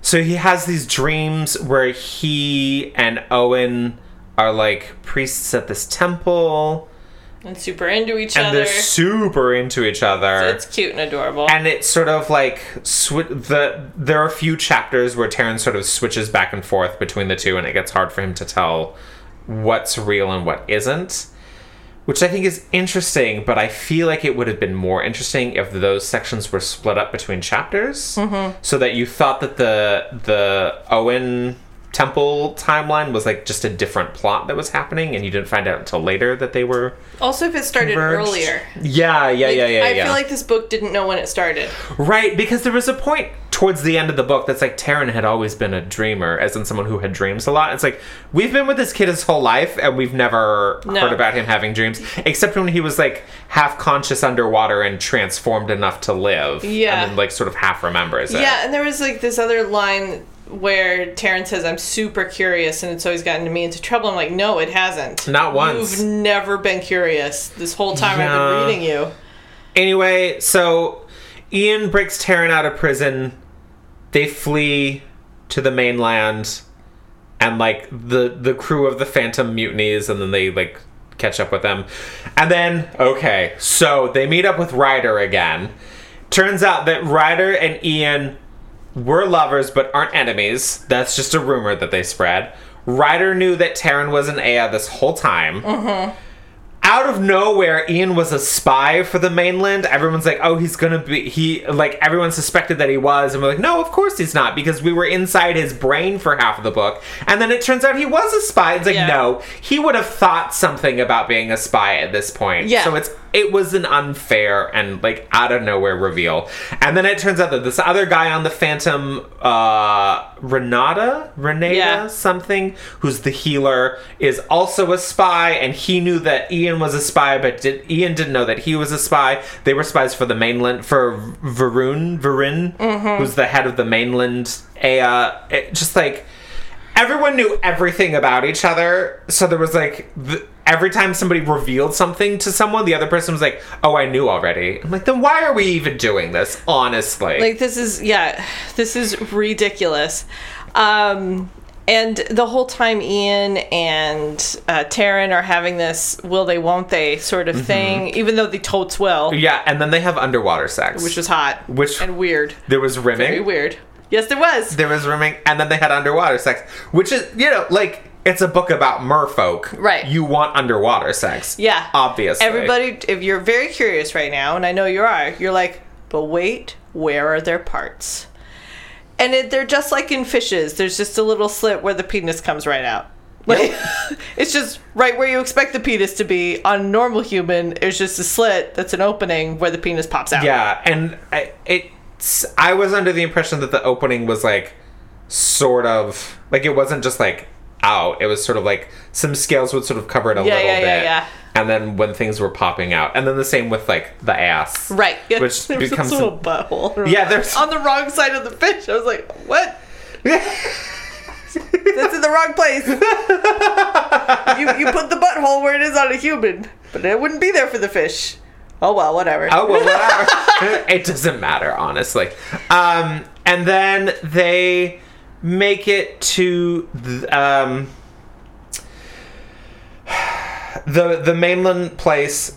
Speaker 1: so he has these dreams where he and owen are like priests at this temple
Speaker 2: and super into each
Speaker 1: and
Speaker 2: other.
Speaker 1: they're super into each other
Speaker 2: It's cute and adorable.
Speaker 1: and it's sort of like swi the there are a few chapters where Taryn sort of switches back and forth between the two, and it gets hard for him to tell what's real and what isn't, which I think is interesting. But I feel like it would have been more interesting if those sections were split up between chapters,
Speaker 2: Mm-hmm.
Speaker 1: so that you thought that the the Owen temple timeline was like just a different plot that was happening and you didn't find out until later that they were
Speaker 2: also, if it started
Speaker 1: merged.
Speaker 2: earlier.
Speaker 1: yeah yeah yeah yeah
Speaker 2: I
Speaker 1: yeah.
Speaker 2: feel like this book didn't know when it started.
Speaker 1: Right, because there was a point towards the end of the book that's like Taryn had always been a dreamer, as in someone who had dreams a lot. It's like we've been with this kid his whole life and we've never
Speaker 2: No.
Speaker 1: heard about him having dreams, except when he was like half conscious underwater and transformed enough to live.
Speaker 2: Yeah.
Speaker 1: And then like sort of half remembers it.
Speaker 2: Yeah, and there was like this other line where Terrence says, I'm super curious, and it's always gotten me into trouble. I'm like, no, it hasn't.
Speaker 1: Not once.
Speaker 2: You've never been curious this whole time I've
Speaker 1: Yeah.
Speaker 2: been reading you.
Speaker 1: Anyway, so Ian breaks Taryn out of prison. They flee to the mainland and like the the crew of the phantom mutinies and then they like catch up with them and then okay so they meet up with ryder again turns out that ryder and ian were lovers but aren't enemies that's just a rumor that they spread ryder knew that taryn was an aya this whole time out of nowhere, Ian was a spy for the mainland. Everyone's like, oh, he's gonna be, he, like, everyone suspected that he was. And we're like, no, of course he's not, because we were inside his brain for half of the book. And then it turns out he was a spy. It's like,
Speaker 2: Yeah.
Speaker 1: no, he would have thought something about being a spy at this point.
Speaker 2: Yeah.
Speaker 1: So it's, it was an unfair and, like, out of nowhere reveal. And then it turns out that this other guy on the Phantom, uh, Renata? Renata?
Speaker 2: Yeah.
Speaker 1: something who's the healer is also a spy and he knew that Ian was a spy but did, Ian didn't know that he was a spy they were spies for the mainland for Varun Varun
Speaker 2: Mm-hmm.
Speaker 1: who's the head of the mainland Aya it, just like everyone knew everything about each other so there was like th- every time somebody revealed something to someone the other person was like oh I knew already I'm like then why are we even doing this honestly
Speaker 2: Like this is yeah, this is ridiculous. Um and the whole time Ian and uh Taryn are having this will they won't they sort
Speaker 1: Mm-hmm.
Speaker 2: of thing, even though they totes will,
Speaker 1: yeah and then they have underwater sex
Speaker 2: which was hot.
Speaker 1: Which-
Speaker 2: and weird.
Speaker 1: there was rimming
Speaker 2: Very weird. Yes there was.
Speaker 1: there was rooming, and then they had underwater sex, which is you know like it's a book about merfolk,
Speaker 2: Right.
Speaker 1: You want underwater sex,
Speaker 2: Yeah.
Speaker 1: obviously.
Speaker 2: Everybody if you're very curious right now, and I know you are, you're like, but wait, where are their parts? And it, they're just like in fishes. There's just a little slit where the penis comes right out. Like, [laughs] it's just right where you expect the penis to be on a normal human. It's just a slit that's an opening where the penis pops out.
Speaker 1: yeah, and I, it's I was under the impression that the opening was like sort of like it wasn't just like out; it was sort of like some scales would sort of cover it a
Speaker 2: Yeah,
Speaker 1: little
Speaker 2: yeah,
Speaker 1: bit,
Speaker 2: yeah, yeah.
Speaker 1: and then when things were popping out, and then the same with like the ass,
Speaker 2: Right. [laughs]
Speaker 1: Which
Speaker 2: There's
Speaker 1: becomes
Speaker 2: also a butthole.
Speaker 1: Yeah, there's-
Speaker 2: on the wrong side of the fish. I was like, what? That's in the
Speaker 1: [laughs]
Speaker 2: wrong place. you, you put the butthole where it is on a human, but it wouldn't be there for the fish. Oh well, whatever.
Speaker 1: Oh well, whatever. [laughs] it doesn't matter, honestly. Um, and then they make it to th- um, [sighs] the the mainland place.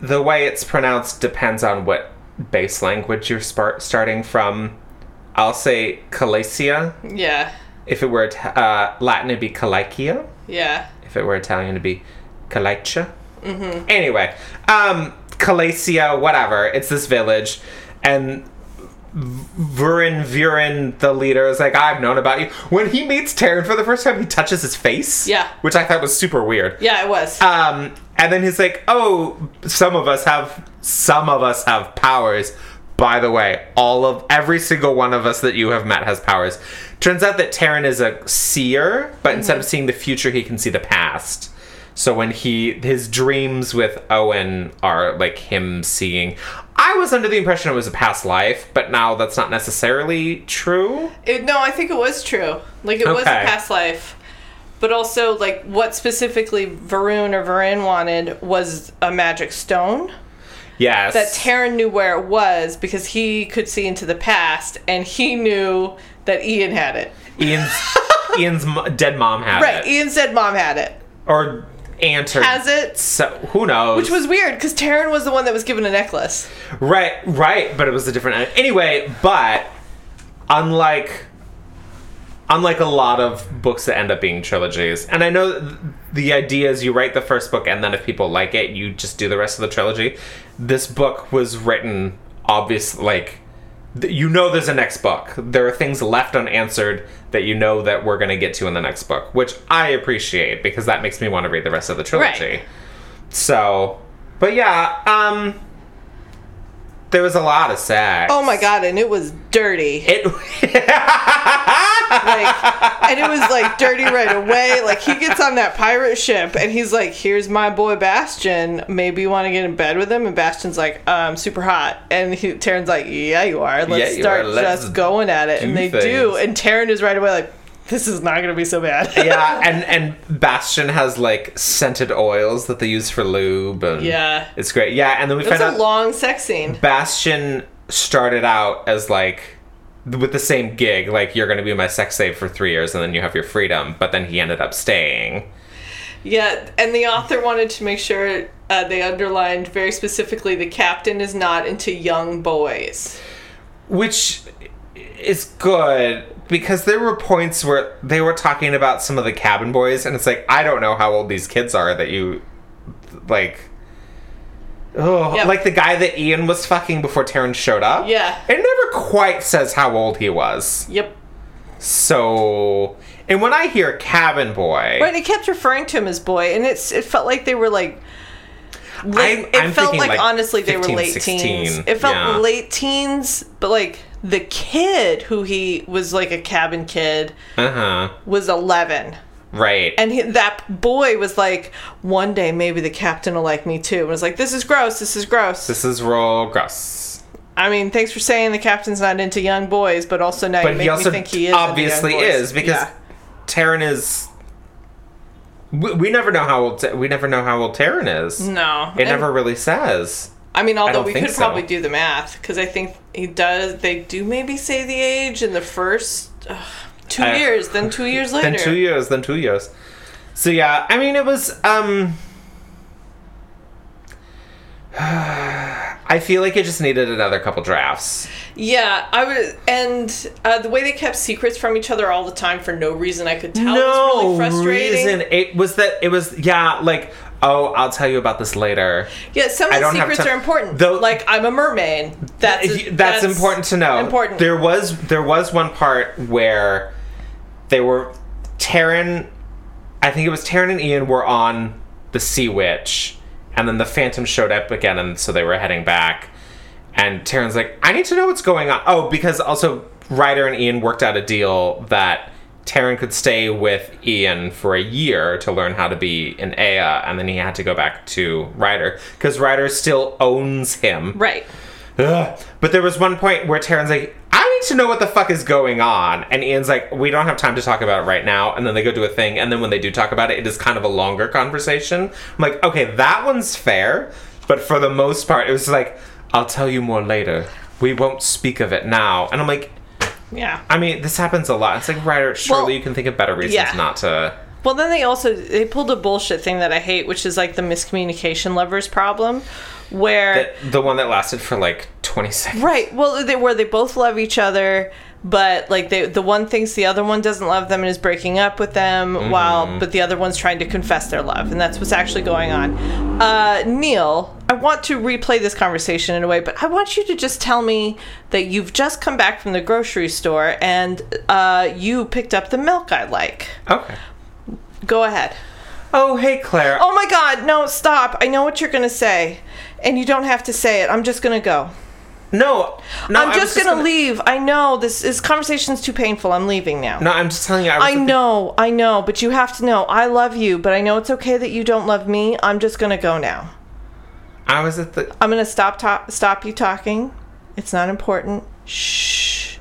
Speaker 1: The way it's pronounced depends on what base language you're spar- starting from. I'll say Calaisia.
Speaker 2: Yeah,
Speaker 1: If it were It- uh, Latin, it'd be Calicia.
Speaker 2: yeah.
Speaker 1: If it were Italian, it'd be Calacia. Mm-hmm. Anyway, um, Calacia, whatever. It's this village, and Vurin Vurin, the leader, is like, I've known about you. When he meets Taryn for the first time, he touches his face.
Speaker 2: Yeah.
Speaker 1: which I thought was super weird.
Speaker 2: Yeah, it was.
Speaker 1: Um, and then he's like, "Oh, some of us have some of us have powers." By the way, all of every single one of us that you have met has powers. Turns out that Taryn is a seer, but
Speaker 2: Mm-hmm.
Speaker 1: instead of seeing the future, he can see the past. So when he his dreams with Owen are like him seeing. I was under the impression it was a past life, but now that's not necessarily true.
Speaker 2: It- no, I think it was true. Like it was a
Speaker 1: Okay.
Speaker 2: past life. But also, like, what specifically Varun or Varun wanted was a magic stone.
Speaker 1: Yes.
Speaker 2: that Taryn knew where it was because he could see into the past and he knew that Ian had it.
Speaker 1: Ian's Ian's mo- dead mom had
Speaker 2: Right.
Speaker 1: it,
Speaker 2: Ian said mom had it.
Speaker 1: or aunt or
Speaker 2: Has it?
Speaker 1: So who knows?
Speaker 2: Which was weird because Taryn was the one that was given a necklace.
Speaker 1: right, right, but it was a different anyway. But unlike unlike a lot of books that end up being trilogies, and I know th- the idea is you write the first book, and then if people like it, you just do the rest of the trilogy. This book was written obvious like th- you know there's a next book there are things left unanswered that you know that we're going to get to in the next book which i appreciate because that makes me want to read the rest of the trilogy
Speaker 2: Right.
Speaker 1: so but yeah um there was a lot of sex
Speaker 2: Oh my god, and it was dirty.
Speaker 1: it
Speaker 2: Like and it was like dirty right away. Like he gets on that pirate ship and he's like, Here's my boy Bastion. Maybe you want to get in bed with him? And Bastion's like, um, super hot. And he Taryn's like, Yeah, you are.
Speaker 1: Yeah,
Speaker 2: Let's
Speaker 1: you are.
Speaker 2: start
Speaker 1: Let's
Speaker 2: just going at it.
Speaker 1: do
Speaker 2: And they do,
Speaker 1: things.
Speaker 2: and Taryn is right away like, This is not gonna be so bad.
Speaker 1: [laughs] yeah and and bastion has like scented oils that they use for lube and
Speaker 2: Yeah.
Speaker 1: it's great yeah and then we
Speaker 2: It was
Speaker 1: find out
Speaker 2: a long sex scene.
Speaker 1: Bastion started out as like with the same gig, like you're going to be my sex slave for three years and then you have your freedom. But then he ended up staying.
Speaker 2: Yeah, and the author wanted to make sure uh, they underlined very specifically the captain is not into young boys.
Speaker 1: which is good because there were points where they were talking about some of the cabin boys and it's like i don't know how old these kids are that you like oh
Speaker 2: Yep.
Speaker 1: like the guy that ian was fucking before terrence showed up
Speaker 2: Yeah.
Speaker 1: it never quite says how old he was
Speaker 2: Yep.
Speaker 1: so and when i hear cabin boy
Speaker 2: Right, it kept referring to him as boy, and it's it felt like they were like. Late,
Speaker 1: I'm-
Speaker 2: it
Speaker 1: I'm
Speaker 2: felt
Speaker 1: thinking,
Speaker 2: like,
Speaker 1: like,
Speaker 2: honestly they
Speaker 1: 15,
Speaker 2: were late
Speaker 1: 16,
Speaker 2: teens. It felt
Speaker 1: yeah.
Speaker 2: late teens, but like the kid who he was like a cabin kid
Speaker 1: uh-huh
Speaker 2: was eleven,
Speaker 1: right
Speaker 2: and he, that boy was like, one day maybe the captain will like me too. And was like, this is gross. This is gross.
Speaker 1: this is roll gross
Speaker 2: I mean, thanks for saying the captain's not into young boys, but also now you
Speaker 1: but
Speaker 2: make
Speaker 1: he also
Speaker 2: me think he is into young
Speaker 1: obviously
Speaker 2: boys.
Speaker 1: is because
Speaker 2: Yeah.
Speaker 1: Taryn is. We, we never know how old Ta- we never know how old Taryn is.
Speaker 2: no,
Speaker 1: it
Speaker 2: And-
Speaker 1: never really says.
Speaker 2: I mean, although
Speaker 1: don't
Speaker 2: we
Speaker 1: think
Speaker 2: could
Speaker 1: so.
Speaker 2: probably do the math because I think he does. They do maybe say the age in the first ugh, two
Speaker 1: I-
Speaker 2: years, then two years
Speaker 1: [laughs]
Speaker 2: later.
Speaker 1: Then two years. Then two years. So yeah, I mean, it was. um [sighs] I feel like it just needed another couple drafts.
Speaker 2: Yeah, I would, and uh, the way they kept secrets from each other all the time for no reason I could tell was really frustrating.
Speaker 1: reason. It was that it was yeah, like oh, I'll tell you about this later.
Speaker 2: Yeah, some
Speaker 1: I
Speaker 2: of the
Speaker 1: don't have
Speaker 2: secrets
Speaker 1: time-
Speaker 2: are important.
Speaker 1: Though-
Speaker 2: like I'm a mermaid. That's
Speaker 1: Y- that's, important to know.
Speaker 2: Important.
Speaker 1: There was there was one part where they were Taryn I think it was Taryn and Ian were on the Sea Witch and then the Phantom showed up again and so they were heading back. And Taryn's like, I need to know what's going on. Oh, because also Ryder and Ian worked out a deal that Taryn could stay with Ian for a year to learn how to be an Aya, and then he had to go back to Ryder because Ryder still owns him.
Speaker 2: right?
Speaker 1: Ugh. But there was one point where Taryn's like, I need to know what the fuck is going on. And Ian's like, we don't have time to talk about it right now. And then they go do a thing. And then when they do talk about it, it is kind of a longer conversation. I'm like, okay, that one's fair. But for the most part, it was like, I'll tell you more later. We won't speak of it now. And I'm like,
Speaker 2: Yeah.
Speaker 1: I mean, this happens a lot. It's like, Ryder, surely
Speaker 2: Well,
Speaker 1: you can think of better reasons
Speaker 2: yeah.
Speaker 1: not to.
Speaker 2: Well, then they also they pulled a bullshit thing that I hate, which is like the miscommunication lovers problem, where
Speaker 1: The one that lasted for like 20 seconds.
Speaker 2: right, well, they, where they both love each other, but like they, the one thinks the other one doesn't love them and is breaking up with them, while but the other one's trying to confess their love, and that's what's actually going on. Uh, Neil, I want to replay this conversation in a way, but I want you to just tell me that you've just come back from the grocery store and uh, you picked up the milk I like.
Speaker 1: Okay.
Speaker 2: Go ahead.
Speaker 1: Oh, hey, Claire.
Speaker 2: Oh my god, no, stop. I know what you're gonna say. And you don't have to say it. I'm just gonna go.
Speaker 1: No. no I
Speaker 2: I'm
Speaker 1: was
Speaker 2: just, gonna, leave. I know this this conversation's too painful. I'm leaving now.
Speaker 1: No, I'm just telling you. I, was
Speaker 2: I
Speaker 1: at the-
Speaker 2: know, I know, but you have to know. I love you, but I know it's okay that you don't love me. I'm just gonna go now.
Speaker 1: I was at the.
Speaker 2: I'm gonna stop ta- stop you talking. It's not important. Shh.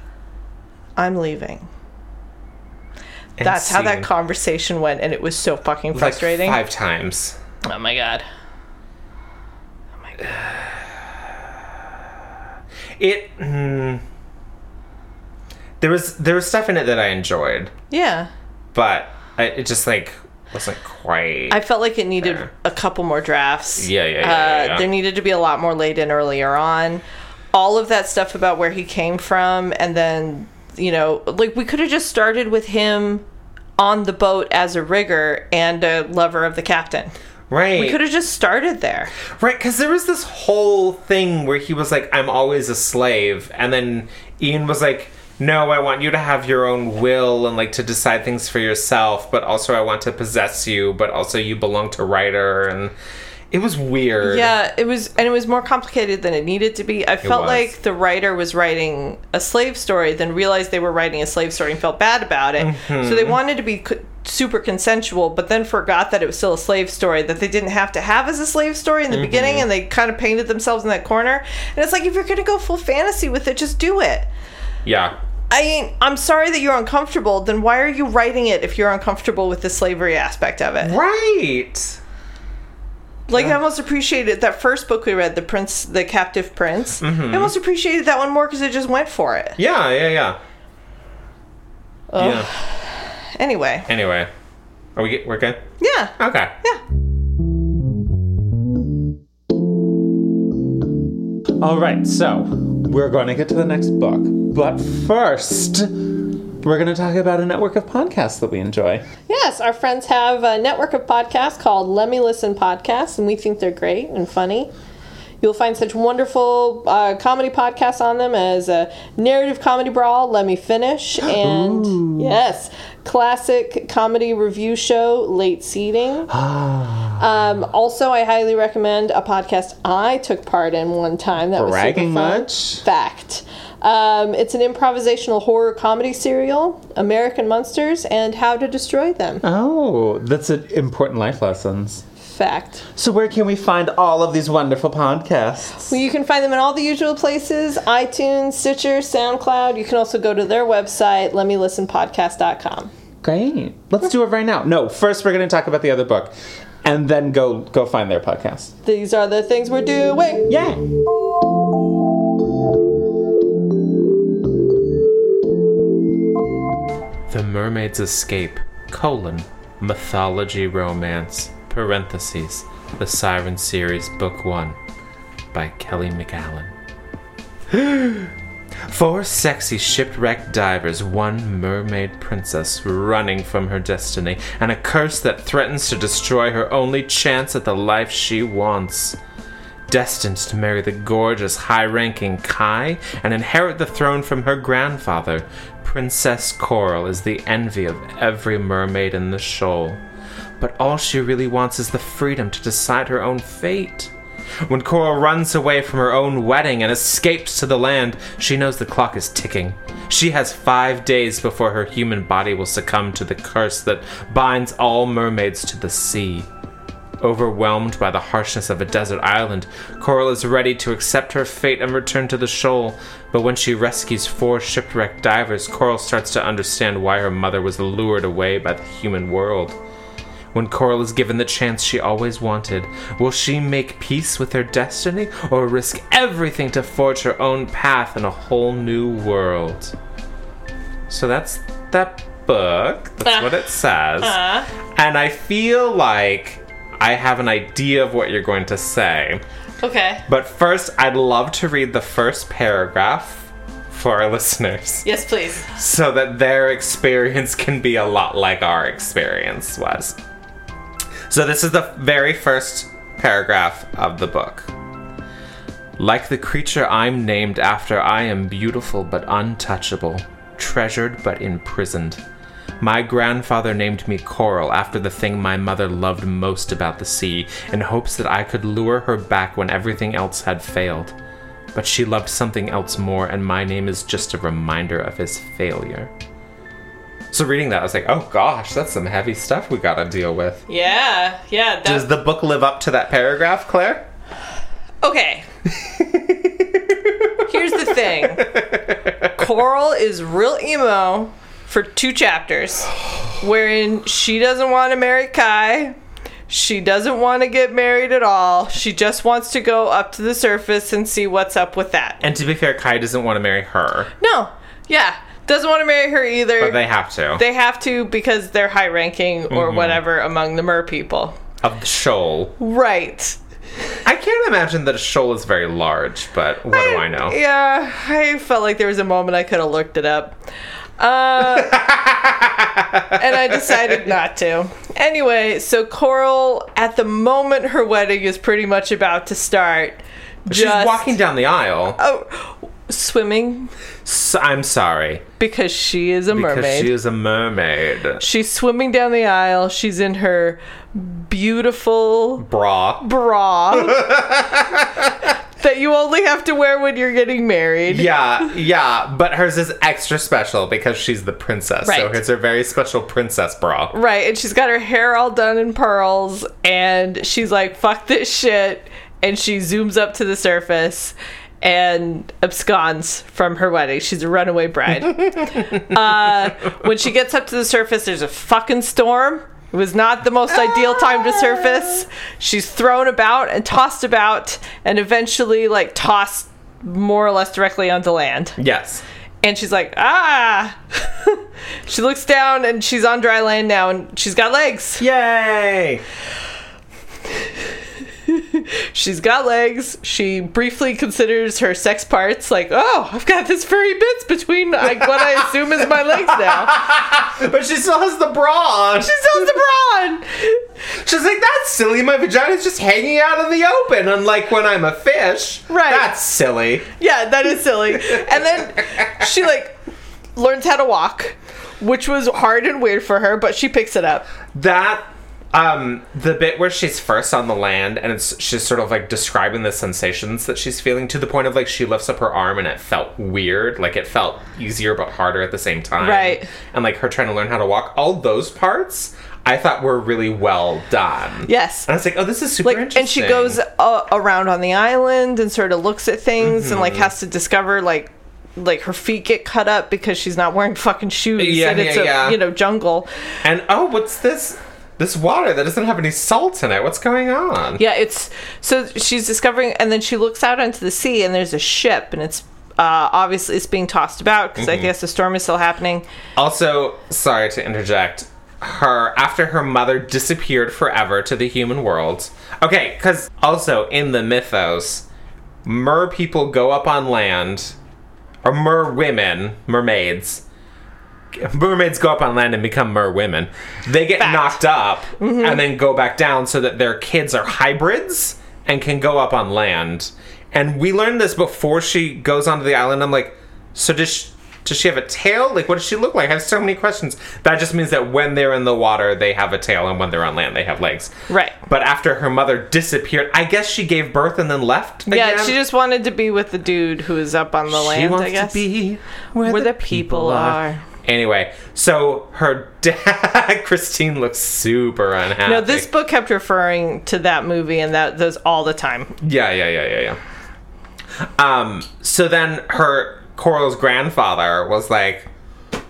Speaker 2: I'm leaving.
Speaker 1: end
Speaker 2: That's how
Speaker 1: scene,
Speaker 2: that conversation went, and it was so fucking
Speaker 1: like,
Speaker 2: frustrating.
Speaker 1: five times.
Speaker 2: oh my god. Oh my god.
Speaker 1: It. mm, there was there was stuff in it that I enjoyed,
Speaker 2: Yeah.
Speaker 1: but I, it just like wasn't quite.
Speaker 2: I felt like it needed
Speaker 1: Fair.
Speaker 2: a couple more drafts.
Speaker 1: Yeah, yeah, yeah, yeah, yeah.
Speaker 2: Uh, there needed to be a lot more laid in earlier on. All of that stuff about where he came from, and then you know, like we could have just started with him on the boat as a rigger and a lover of the captain.
Speaker 1: right.
Speaker 2: We could have just started there.
Speaker 1: Right, because there was this whole thing where he was like, I'm always a slave. And then Ian was like, No, I want you to have your own will and like to decide things for yourself, but also I want to possess you, but also you belong to Ryder. And it was weird.
Speaker 2: Yeah, it was, and it was more complicated than it needed to be. I felt
Speaker 1: was.
Speaker 2: like the writer was writing a slave story, then realized they were writing a slave story and felt bad about it. So they wanted to be c- super consensual, but then forgot that it was still a slave story that they didn't have to have as a slave story in the beginning, and they kind of painted themselves in that corner. And it's like if you're going to go full fantasy with it, just do it.
Speaker 1: Yeah.
Speaker 2: I mean, I'm sorry that you're uncomfortable. Then why are you writing it if you're uncomfortable with the slavery aspect of it?
Speaker 1: Right.
Speaker 2: Like I almost appreciated that first book we read, the Prince, the Captive Prince. I almost appreciated that one more because it just went for it.
Speaker 3: Yeah, yeah, yeah.
Speaker 2: Ugh.
Speaker 3: Yeah.
Speaker 2: Anyway,
Speaker 3: Anyway, are we get, we're good?
Speaker 2: yeah,
Speaker 3: Okay.
Speaker 2: yeah.
Speaker 3: All right, so we're going to get to the next book, but first, we're going to talk about a network of podcasts that we enjoy.
Speaker 2: Yes, our friends have a network of podcasts called Let Me Listen Podcasts, and we think they're great and funny. You'll find such wonderful uh, comedy podcasts on them as uh, Narrative Comedy Brawl, Let Me Finish, and yes, Classic Comedy Review Show, Late Seating.
Speaker 3: Ah.
Speaker 2: um, also, I highly recommend a podcast I took part in one time that
Speaker 3: Bragging
Speaker 2: was super fun.
Speaker 3: much?
Speaker 2: Fact. Um, it's an improvisational horror comedy serial, American Monsters, and How to Destroy Them.
Speaker 3: Oh, that's an important life lessons.
Speaker 2: Fact.
Speaker 3: So where can we find all of these wonderful podcasts?
Speaker 2: Well, you can find them in all the usual places iTunes, Stitcher, SoundCloud. You can also go to their website, letmelistenpodcast.com.
Speaker 3: Great. Let's do it right now. No, first we're going to talk about the other book and then go go find their podcast.
Speaker 2: These are the things we're doing.
Speaker 3: Yeah. The Mermaid's Escape, colon, Mythology Romance, parentheses, The Siren Series, Book 1, by Kelly McAllen. [gasps] Four sexy shipwrecked divers, one mermaid princess running from her destiny, and a curse that threatens to destroy her only chance at the life she wants destined to marry the gorgeous high ranking Kai and inherit the throne from her grandfather. Princess Coral is the envy of every mermaid in the shoal. But all she really wants is the freedom to decide her own fate. When Coral runs away from her own wedding and escapes to the land, she knows the clock is ticking. She has five days before her human body will succumb to the curse that binds all mermaids to the sea. Overwhelmed by the harshness of a desert island, Coral is ready to accept her fate and return to the shoal. But when she rescues four shipwrecked divers, Coral starts to understand why her mother was lured away by the human world. When Coral is given the chance she always wanted, will she make peace with her destiny or risk everything to forge her own path in a whole new world? So that's that book. That's what it says. And I feel like I have an idea of what you're going to say.
Speaker 2: Okay.
Speaker 3: But first, I'd love to read the first paragraph for our [laughs] listeners
Speaker 2: Yes, please.
Speaker 3: so that their experience [laughs] can be a lot like our experience was. So, this is the very first paragraph of the book. Like the creature I'm named after, I am beautiful but untouchable, treasured but imprisoned. My grandfather named me Coral after the thing my mother loved most about the sea, in hopes that I could lure her back when everything else had failed. But she loved something else more, and my name is just a reminder of his failure. So, reading that, I was like, oh gosh, that's some heavy stuff we gotta deal with.
Speaker 2: Yeah, yeah. That,
Speaker 3: Does the book live up to that paragraph, Claire? [laughs]
Speaker 2: okay. Here's the thing Coral is real emo for two chapters, wherein she doesn't want to marry Kai. She doesn't want to get married at all. She just wants to go up to the surface and see what's up with that.
Speaker 3: And to be fair, Kai doesn't wanna marry her,
Speaker 2: No. Yeah. Doesn't want to marry her either.
Speaker 3: but they Mm-hmm. have to.
Speaker 2: They have to because they're high ranking or whatever among the mer people.
Speaker 3: of the shoal.
Speaker 2: Right.
Speaker 3: I can't imagine that a shoal is very large, but what do I know?
Speaker 2: Yeah, I felt like there was a moment I could have looked it up. Uh, and I decided not to. Anyway, so Coral, at the moment her wedding is pretty much about to start,
Speaker 3: She's
Speaker 2: just-
Speaker 3: walking down the aisle.
Speaker 2: Oh, swimming
Speaker 3: S I'm sorry.
Speaker 2: because she is a
Speaker 3: Because
Speaker 2: mermaid.
Speaker 3: she is a mermaid.
Speaker 2: She's swimming down the aisle. She's in her beautiful
Speaker 3: Bra. [laughs]
Speaker 2: bra that you only have to wear when you're getting married.
Speaker 3: Yeah, yeah, but hers is extra special because she's the princess. So
Speaker 2: Right.
Speaker 3: it's her very special princess bra.
Speaker 2: Right, and she's got her hair all done in pearls, and she's like, fuck this shit. And she zooms up to the surface and absconds from her wedding. She's a runaway bride. uh, when she gets up to the surface, there's a fucking storm. It was not the most ideal time to surface. She's thrown about and tossed about and eventually like tossed more or less directly onto land.
Speaker 3: Yes.
Speaker 2: And she's like, ah. [laughs] she looks down and she's on dry land now and she's got legs.
Speaker 3: Yay!
Speaker 2: She's got legs. She briefly considers her sex parts like, oh, I've got this furry bits between like, what I assume is my legs now.
Speaker 3: But she still has the bra on.
Speaker 2: She sells the bra on.
Speaker 3: She's like, that's silly. My vagina's just hanging out in the open, unlike when I'm a fish.
Speaker 2: Right.
Speaker 3: That's silly.
Speaker 2: Yeah, that is silly. And then she like learns how to walk, which was hard and weird for her, but she picks it up.
Speaker 3: That um the bit where she's first on the land and it's she's sort of like describing the sensations that she's feeling to the point of like she lifts up her arm and it felt weird like it felt easier but harder at the same time
Speaker 2: Right.
Speaker 3: and like her trying to learn how to walk all those parts i thought were really well done
Speaker 2: Yes.
Speaker 3: and i was like oh this is super
Speaker 2: Like,
Speaker 3: interesting
Speaker 2: and she goes uh, around on the island and sort of looks at things and like
Speaker 3: Mm-hmm.
Speaker 2: has to discover like like her feet get cut up because she's not wearing fucking shoes
Speaker 3: Yeah,
Speaker 2: and it's
Speaker 3: yeah,
Speaker 2: a
Speaker 3: yeah.
Speaker 2: you know jungle.
Speaker 3: and oh what's this this water that doesn't have any salt in it what's going on
Speaker 2: Yeah, it's so she's discovering, and then she looks out onto the sea, and there's a ship, and it's uh, obviously it's being tossed about because
Speaker 3: Mm-hmm.
Speaker 2: I guess the storm is still happening.
Speaker 3: Also, sorry to interject. Her after her mother disappeared forever to the human world. Okay, because also in the mythos, mer people go up on land, or mer women, mermaids. Mermaids go up on land and become mer women. They get knocked up
Speaker 2: Mm-hmm.
Speaker 3: and then go back down so that their kids are hybrids and can go up on land. And we learned this before she goes onto the island. I'm like, so does she, does she have a tail? Like, what does she look like? I have so many questions. That just means that when they're in the water, they have a tail, and when they're on land, they have legs.
Speaker 2: Right.
Speaker 3: But after her mother disappeared, I guess she gave birth and then left.
Speaker 2: Yeah,
Speaker 3: again?
Speaker 2: she just wanted to be with the dude who is up on the
Speaker 3: She
Speaker 2: land.
Speaker 3: wants
Speaker 2: I guess
Speaker 3: to be where,
Speaker 2: where the people are.
Speaker 3: Anyway, so her [laughs] dad, Christine, looks super unhappy.
Speaker 2: No, this book kept referring to that movie and that those all the time.
Speaker 3: Yeah, yeah, yeah, yeah, yeah. Um, so then her Coral's grandfather was like,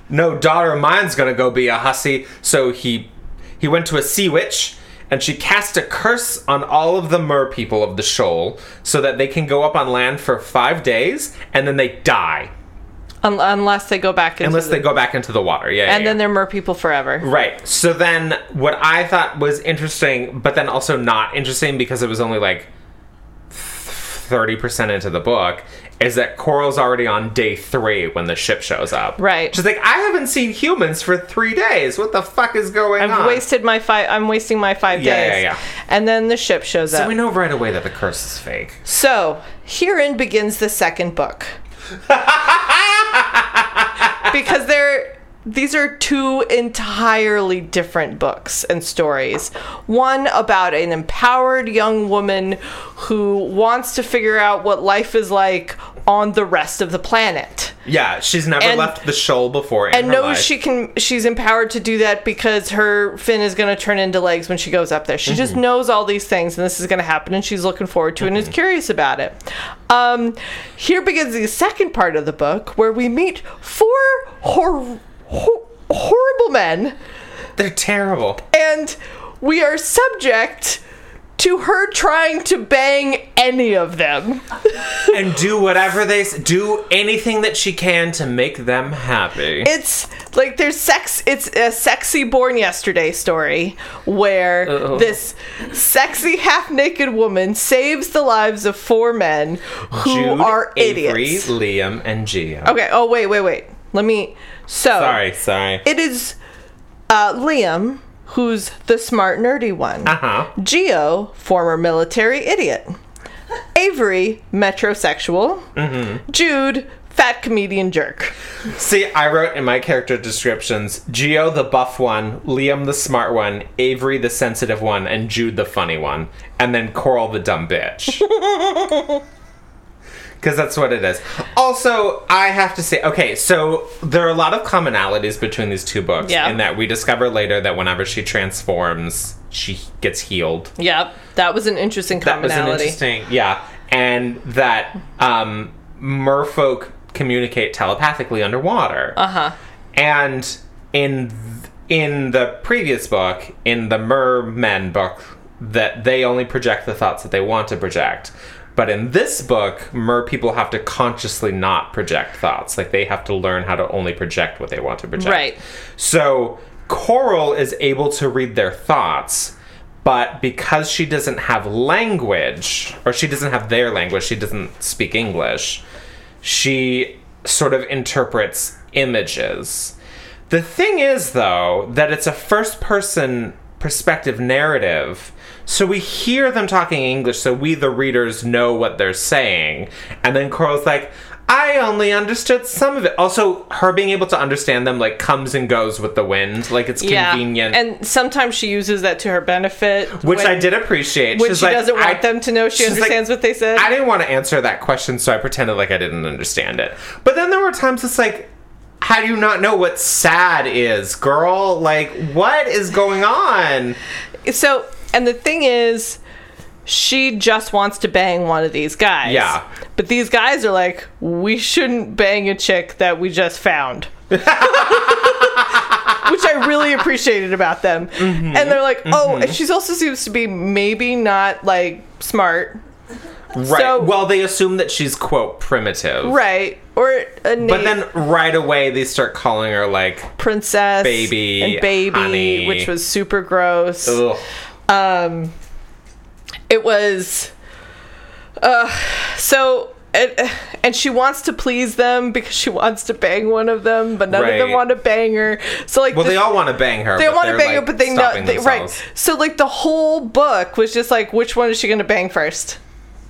Speaker 3: "No daughter of mine's gonna go be a hussy." So he he went to a sea witch, and she cast a curse on all of the mer people of the shoal, so that they can go up on land for five days, and then they die
Speaker 2: Un- unless they go back into
Speaker 3: unless
Speaker 2: the-
Speaker 3: they go back into the water. Yeah,
Speaker 2: and
Speaker 3: yeah,
Speaker 2: then
Speaker 3: yeah.
Speaker 2: they're mer people forever.
Speaker 3: right. So then, what I thought was interesting, but then also not interesting because it was only like 30% into the book is that Coral's already on day three when the ship shows up.
Speaker 2: Right.
Speaker 3: She's like, I haven't seen humans for three days. What the fuck is going
Speaker 2: I've
Speaker 3: on?
Speaker 2: wasted my five. I'm wasting my five
Speaker 3: Yeah, yeah,
Speaker 2: days.
Speaker 3: yeah.
Speaker 2: And then the ship shows
Speaker 3: so
Speaker 2: up.
Speaker 3: we know right away that the curse is fake.
Speaker 2: So, herein begins the second
Speaker 3: [laughs]
Speaker 2: book. because they're these are two entirely different books and stories. One about an empowered young woman who wants to figure out what life is like on the rest of the planet
Speaker 3: Yeah, she's never
Speaker 2: And-
Speaker 3: left the shoal before. In
Speaker 2: and
Speaker 3: her
Speaker 2: knows
Speaker 3: life.
Speaker 2: she can she's empowered to do that because her fin is going to turn into legs when she goes up there she
Speaker 3: Mm-hmm.
Speaker 2: just knows all these things and this is going to happen and she's looking forward to it and is curious about it um, here begins the second part of the book where we meet four hor- hor- horrible men
Speaker 3: They're terrible.
Speaker 2: and we are subject to her trying to bang any of them
Speaker 3: and do whatever they s- do, anything that she can to make them happy.
Speaker 2: it's like there's sex it's a sexy born yesterday story where
Speaker 3: Uh-oh.
Speaker 2: this sexy half naked woman saves the lives of four men who
Speaker 3: Jude,
Speaker 2: are
Speaker 3: Avery,
Speaker 2: idiots
Speaker 3: Liam, and Gio.
Speaker 2: okay oh wait wait wait let me so
Speaker 3: Sorry, sorry.
Speaker 2: it is uh, liam who's the smart nerdy one
Speaker 3: uh huh.
Speaker 2: Geo, former military idiot. Avery, metrosexual.
Speaker 3: Mm-hmm.
Speaker 2: Jude, fat comedian jerk.
Speaker 3: See, I wrote in my character descriptions Geo the buff one, Liam the smart one, Avery the sensitive one, and Jude the funny one, and then Coral the dumb bitch. Because that's what it is. Also, I have to say, okay, so there are a lot of commonalities between these two books,
Speaker 2: Yeah.
Speaker 3: in that we discover later that whenever she transforms, she gets healed.
Speaker 2: Yep, that was an interesting
Speaker 3: That was an
Speaker 2: commonality.
Speaker 3: interesting, yeah, and that um,
Speaker 2: Uh-huh.
Speaker 3: merfolk communicate telepathically underwater.
Speaker 2: uh huh.
Speaker 3: And in th- in the previous book, in the Merman book, that they only project the thoughts that they want to project. But in this book, mer people have to consciously not project thoughts. Like they have to learn how to only project what they want to project.
Speaker 2: Right.
Speaker 3: So Coral is able to read their thoughts, but because she doesn't have language, or she doesn't have their language, she doesn't speak English, she sort of interprets images. The thing is, though, that it's a first person perspective narrative. So we hear them talking English, so we, the readers, know what they're saying. And then Coral's like, I only understood some of it. Also, her being able to understand them, like, comes and goes with the wind. Like, it's convenient.
Speaker 2: And sometimes she uses that to her benefit.
Speaker 3: which
Speaker 2: when-
Speaker 3: I did appreciate.
Speaker 2: When
Speaker 3: She's
Speaker 2: she
Speaker 3: like,
Speaker 2: doesn't want
Speaker 3: I-
Speaker 2: them to know she
Speaker 3: she's like,
Speaker 2: understands what they said.
Speaker 3: I didn't want to answer that question, so I pretended like I didn't understand it. But then there were times it's like, how do you not know what sad is, girl? Like, what is going on?
Speaker 2: so, and the thing is, she just wants to bang one of these guys.
Speaker 3: Yeah.
Speaker 2: But these guys are like, we shouldn't bang a chick that we just
Speaker 3: [laughs]
Speaker 2: found. Which I really appreciated about them.
Speaker 3: Mm-hmm.
Speaker 2: And they're like, oh, and she also seems to be maybe not like smart.
Speaker 3: Right.
Speaker 2: So-
Speaker 3: well, they assume that she's, quote, primitive.
Speaker 2: Right. Or a name
Speaker 3: But then right away, they start calling her, like,
Speaker 2: princess
Speaker 3: Baby,
Speaker 2: and baby,
Speaker 3: honey.
Speaker 2: which was super gross.
Speaker 3: ugh.
Speaker 2: um it was uh so it, and she wants to please them because she wants to bang one of them but none of them
Speaker 3: Right.
Speaker 2: want to bang her so like
Speaker 3: Well,
Speaker 2: this-
Speaker 3: they all want to bang her.
Speaker 2: they want to
Speaker 3: they're,
Speaker 2: bang her
Speaker 3: like,
Speaker 2: but they know
Speaker 3: stopping
Speaker 2: they, right
Speaker 3: themselves.
Speaker 2: so like the whole book was just like which one is she going to bang first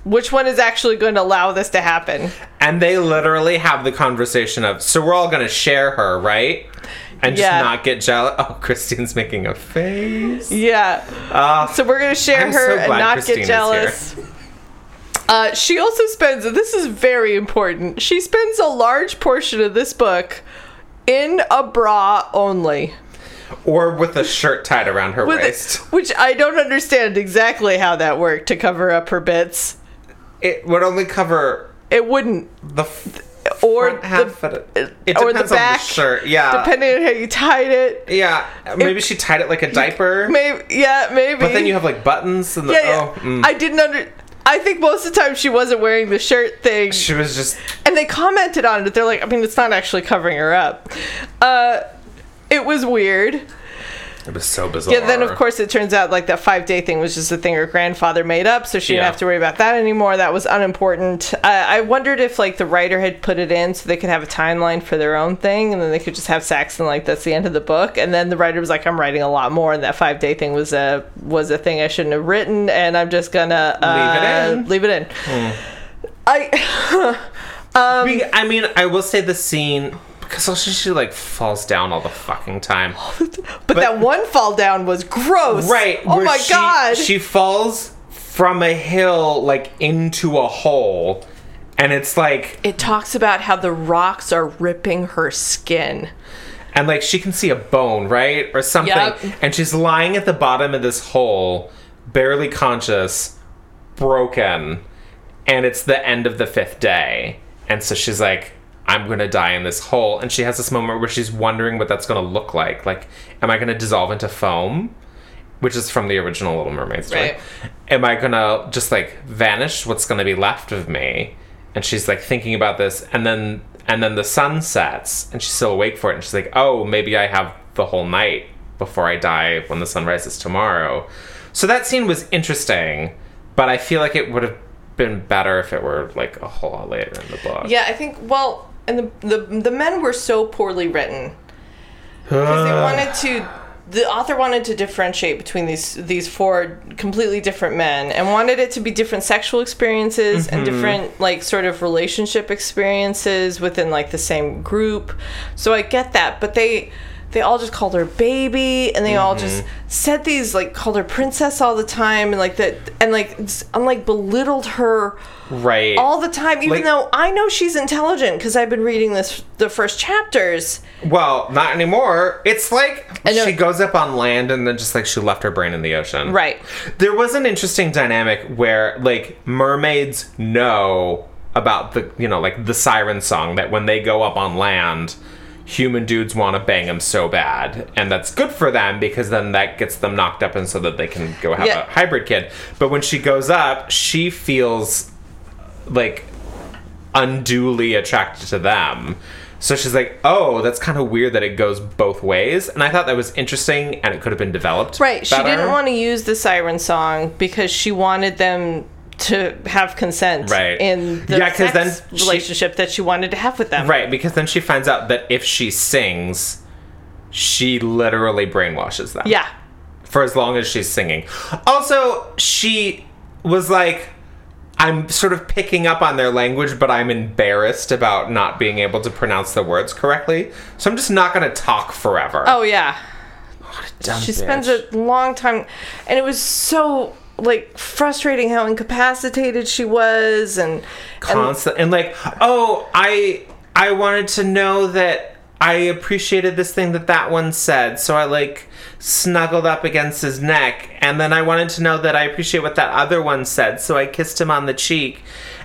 Speaker 2: which one is actually going to allow this to happen
Speaker 3: And they literally have the conversation of, so we're all going to share her, right? And just
Speaker 2: Yeah.
Speaker 3: not get jealous. [laughs] Oh, Christine's making a face.
Speaker 2: yeah
Speaker 3: Ah,
Speaker 2: So we're gonna share
Speaker 3: I'm
Speaker 2: her
Speaker 3: so
Speaker 2: and
Speaker 3: glad
Speaker 2: not
Speaker 3: Christine
Speaker 2: get
Speaker 3: is
Speaker 2: jealous. Uh, she also spends this is very important. She spends a large portion of this book in a bra only.
Speaker 3: or with a shirt tied around her
Speaker 2: With
Speaker 3: waist.
Speaker 2: which I don't understand exactly how that worked to cover up her bits.
Speaker 3: It would only cover
Speaker 2: It wouldn't
Speaker 3: the f-
Speaker 2: or
Speaker 3: front
Speaker 2: the- uh,
Speaker 3: half. Of it. it depends
Speaker 2: or the
Speaker 3: on the
Speaker 2: back,
Speaker 3: shirt. Yeah,
Speaker 2: depending on how you tied it.
Speaker 3: yeah. Maybe she tied it like a diaper.
Speaker 2: Maybe yeah, maybe.
Speaker 3: but then you have like buttons and the
Speaker 2: yeah, yeah.
Speaker 3: oh. mm.
Speaker 2: I didn't under I think most of the time she wasn't wearing the shirt thing.
Speaker 3: she was just
Speaker 2: and they commented on it. They're like, I mean, it's not actually covering her up. Uh, it was weird.
Speaker 3: it was so bizarre.
Speaker 2: Yeah, then of course it turns out like that five day thing was just a thing her grandfather made up, so she didn't
Speaker 3: Yeah.
Speaker 2: have to worry about that anymore. That was unimportant. Uh, I wondered if like the writer had put it in so they could have a timeline for their own thing, and then they could just have sex and like that's the end of the book. And then the writer was like, I'm writing a lot more, and that five day thing was a was a thing I shouldn't have written, and I'm just gonna uh,
Speaker 3: Leave it in. Hmm.
Speaker 2: Leave it in. I. Um,
Speaker 3: Be- I mean, I will say the scene because also she like falls down all the fucking time.
Speaker 2: Oh, But, that one fall down was gross.
Speaker 3: Right.
Speaker 2: Oh
Speaker 3: where
Speaker 2: my
Speaker 3: she-
Speaker 2: god.
Speaker 3: She falls from a hill like into a hole, and it's like
Speaker 2: it talks about how the rocks are ripping her skin.
Speaker 3: and like she can see a bone, right, or something,
Speaker 2: Yep.
Speaker 3: and she's lying at the bottom of this hole, barely conscious, broken, and it's the end of the fifth day, and so she's like. I'm gonna die in this hole, and she has this moment where she's wondering what that's gonna look like. Like, am I gonna dissolve into foam? which is from the original Little Mermaid story.
Speaker 2: Right.
Speaker 3: Am I gonna just like vanish? What's gonna be left of me? And she's like thinking about this, and then and then the sun sets, and she's still awake for it, and she's like, oh, maybe I have the whole night before I die when the sun rises tomorrow. So that scene was interesting, but I feel like it would have been better if it were like a whole lot later in the book.
Speaker 2: Yeah, I think well, and the the, the men were so poorly written because they wanted to the author wanted to differentiate between these these four completely different men and wanted it to be different sexual experiences and different like sort of relationship experiences within like the same group. So I get that, but they they all just called her baby and they all just said these like called her princess all the time and like that and like s- and like belittled her
Speaker 3: Right.
Speaker 2: all the time, even
Speaker 3: Like-
Speaker 2: though I know she's intelligent because I've been reading this the first chapters.
Speaker 3: Well, not anymore. It's like
Speaker 2: I know.
Speaker 3: she goes up on land and then just like she left her brain in the ocean.
Speaker 2: Right.
Speaker 3: There was an interesting dynamic where like mermaids know about the you know like the siren song that when they go up on land human dudes want to bang him so bad, and that's good for them because then that gets them knocked up, and so that they can go have
Speaker 2: Yeah.
Speaker 3: a hybrid kid. But when she goes up, she feels like unduly attracted to them. So she's like, "Oh, that's kind of weird that it goes both ways." And I thought that was interesting, and it could have been developed.
Speaker 2: Right. She didn't
Speaker 3: better.
Speaker 2: want to use the siren song because she wanted them to have consent
Speaker 3: Right.
Speaker 2: in the
Speaker 3: Yeah,
Speaker 2: sex
Speaker 3: 'cause then she-
Speaker 2: relationship that she wanted to have with them.
Speaker 3: Right, because then she finds out that if she sings, she literally brainwashes them.
Speaker 2: Yeah.
Speaker 3: For as long as she's singing. Also, she was like, I'm sort of picking up on their language, but I'm embarrassed about not being able to pronounce the words correctly. So I'm just not going to talk forever.
Speaker 2: Oh yeah.
Speaker 3: Dumb
Speaker 2: She
Speaker 3: bitch.
Speaker 2: spends a long time and it was so like frustrating how incapacitated she was and, and
Speaker 3: constant and like oh i i wanted to know that i appreciated this thing that that one said so i like snuggled up against his neck and then i wanted to know that i appreciate what that other one said so i kissed him on the cheek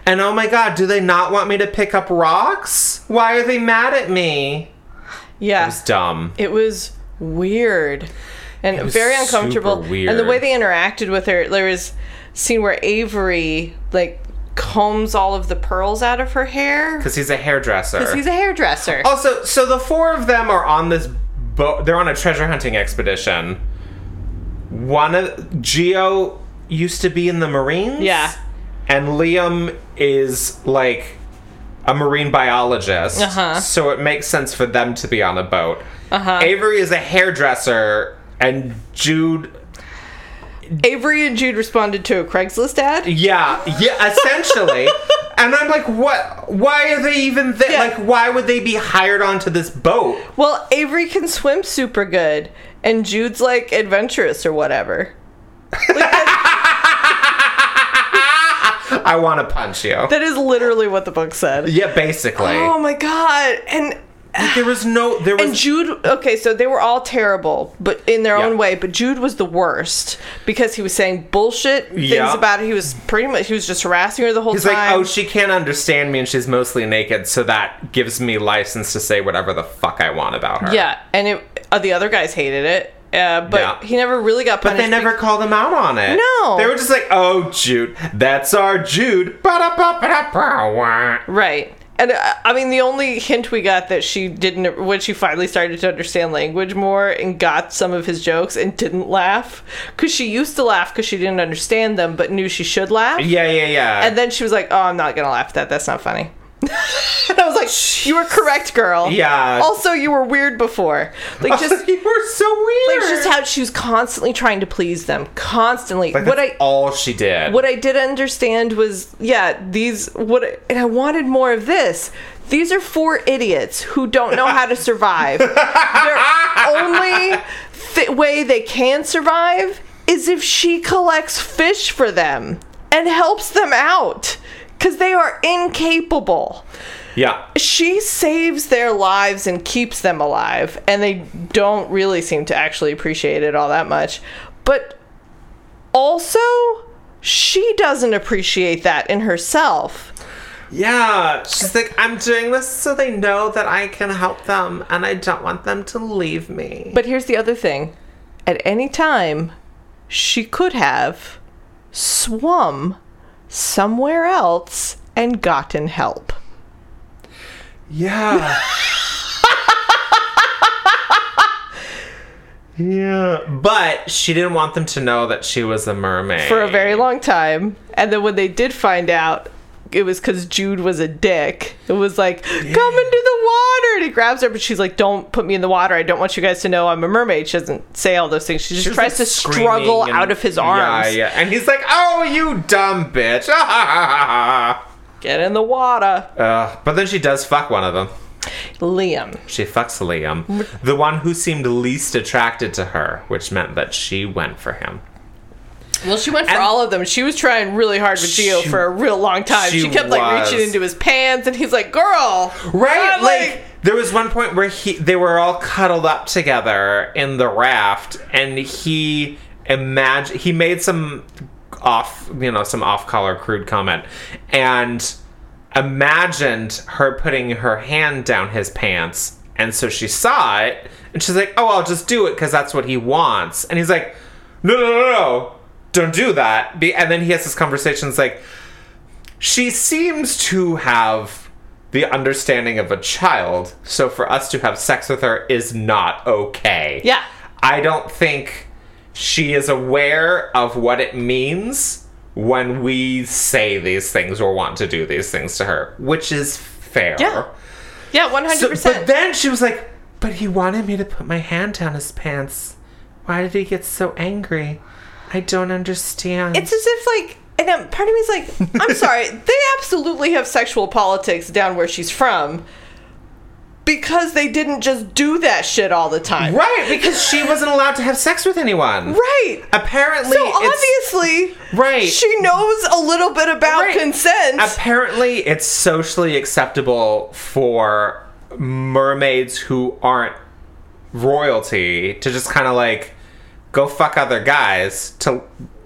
Speaker 3: and oh my god do they not want me to pick up rocks why are they mad at me
Speaker 2: yeah.
Speaker 3: it's dumb
Speaker 2: It was weird and
Speaker 3: was
Speaker 2: very uncomfortable.
Speaker 3: super weird.
Speaker 2: And the way they interacted with her, there was a scene where Avery like combs all of the pearls out of her hair.
Speaker 3: because he's a hairdresser
Speaker 2: He's a hairdresser.
Speaker 3: Also, so the four of them are on this boat. They're on a treasure hunting expedition. One of Geo used to be in the Marines.
Speaker 2: Yeah.
Speaker 3: And Liam is like a marine biologist.
Speaker 2: Uh-huh.
Speaker 3: So it makes sense for them to be on a boat. Uh-huh. Avery is a hairdresser and Jude
Speaker 2: Avery and Jude responded to a Craigslist ad.
Speaker 3: yeah,
Speaker 2: [laughs]
Speaker 3: yeah, essentially. and I'm like, what why are they even there?
Speaker 2: Yeah.
Speaker 3: Like why would they be hired onto this boat?
Speaker 2: Well, Avery can swim super good, and Jude's like adventurous or whatever.
Speaker 3: I want to punch you.
Speaker 2: That is literally what the book said.
Speaker 3: Yeah, basically.
Speaker 2: Oh my god! And
Speaker 3: Like, there was no there was
Speaker 2: and Jude. Okay, so they were all terrible, but in their
Speaker 3: Yeah.
Speaker 2: own way. But Jude was the worst because he was saying bullshit things
Speaker 3: Yeah.
Speaker 2: about it. He was pretty much he was just harassing her the whole
Speaker 3: He's
Speaker 2: time.
Speaker 3: like, oh, she can't understand me, and she's mostly naked, so that gives me license to say whatever the fuck I want about her.
Speaker 2: yeah, and it, uh, the other guys hated it, uh, but
Speaker 3: Yeah.
Speaker 2: he never really got
Speaker 3: But
Speaker 2: punished.
Speaker 3: they never called him out on it.
Speaker 2: No.
Speaker 3: They were just like, oh, Jude, that's our Jude. Ba-da-ba-ba-da-ba-wah.
Speaker 2: Right. And uh, I mean, the only hint we got that she didn't, when she finally started to understand language more and got some of his jokes and didn't laugh, because she used to laugh because she didn't understand them, but knew she should laugh.
Speaker 3: Yeah, yeah, yeah.
Speaker 2: And then she was like, oh, I'm not going to laugh at that. That's not funny. [laughs] and I was like, you were correct, girl.
Speaker 3: Yeah.
Speaker 2: Also, you were weird before.
Speaker 3: [laughs]
Speaker 2: Like, just.
Speaker 3: you were so weird.
Speaker 2: Like just how she was constantly trying to please them, constantly.
Speaker 3: Like,
Speaker 2: what
Speaker 3: that's
Speaker 2: I
Speaker 3: all she did.
Speaker 2: what I did understand was, yeah, these what, I- and I wanted more of this. These are four idiots who don't know how to survive. Their only th- way they can survive is if she collects fish for them and helps them out because they are incapable.
Speaker 3: yeah.
Speaker 2: She saves their lives and keeps them alive, and they don't really seem to actually appreciate it all that much. But also, she doesn't appreciate that in herself.
Speaker 3: Yeah. She's like, I'm doing this so they know that I can help them, and I don't want them to leave me.
Speaker 2: But here's the other thing at any time, she could have swum somewhere else and gotten help.
Speaker 3: Yeah. [laughs] yeah. But she didn't want them to know that she was a mermaid.
Speaker 2: for a very long time. And then when they did find out, it was because Jude was a dick. It was like, come into the water. And he grabs her, but she's like, don't put me in the water. I don't want you guys to know I'm a mermaid. She doesn't say all those things. She just
Speaker 3: She was,
Speaker 2: tries
Speaker 3: like,
Speaker 2: to
Speaker 3: screaming
Speaker 2: struggle
Speaker 3: and-
Speaker 2: out of his arms.
Speaker 3: Yeah, yeah. And he's like, oh, you dumb bitch. [laughs] Ugh.
Speaker 2: Get in the water.
Speaker 3: Uh, But then she does fuck one of them.
Speaker 2: Liam.
Speaker 3: She fucks Liam, the one who seemed least attracted to her, which meant that she went for him.
Speaker 2: Well, she went for all of them. She was trying really hard with Geo
Speaker 3: She-
Speaker 2: for a real long time. She,
Speaker 3: she
Speaker 2: kept like
Speaker 3: was.
Speaker 2: reaching into his pants, and he's like, girl.
Speaker 3: Right?
Speaker 2: I'm
Speaker 3: like, there was one point where he they were all cuddled up together in the raft and he imagine he made some off you know some off color crude comment and imagined her putting her hand down his pants And so she saw it, and she's like, "Oh, I'll just do it because that's what he wants." And he's like, "No, no, no, no, don't do that." Be- and then he has this conversation. It's like she seems to have the understanding of a child, so for us to have sex with her is not okay.
Speaker 2: Yeah.
Speaker 3: I don't think she is aware of what it means when we say these things or want to do these things to her, which is fair.
Speaker 2: Yeah. Yeah, one hundred
Speaker 3: So, but
Speaker 2: percent.
Speaker 3: then she was like, "But he wanted me to put my hand down his pants. Why did he get so angry? I don't understand."
Speaker 2: It's as if like, and um, part of me is like,
Speaker 3: [laughs]
Speaker 2: I'm sorry, they absolutely have sexual politics down where she's from, because they didn't just do that shit all the time,
Speaker 3: right because she wasn't allowed to have sex with anyone.
Speaker 2: Right.
Speaker 3: Apparently,
Speaker 2: So
Speaker 3: it's,
Speaker 2: obviously,
Speaker 3: Right.
Speaker 2: She knows a little bit about
Speaker 3: Right.
Speaker 2: consent.
Speaker 3: apparently it's socially acceptable for mermaids who aren't royalty to just kind of like go fuck other guys to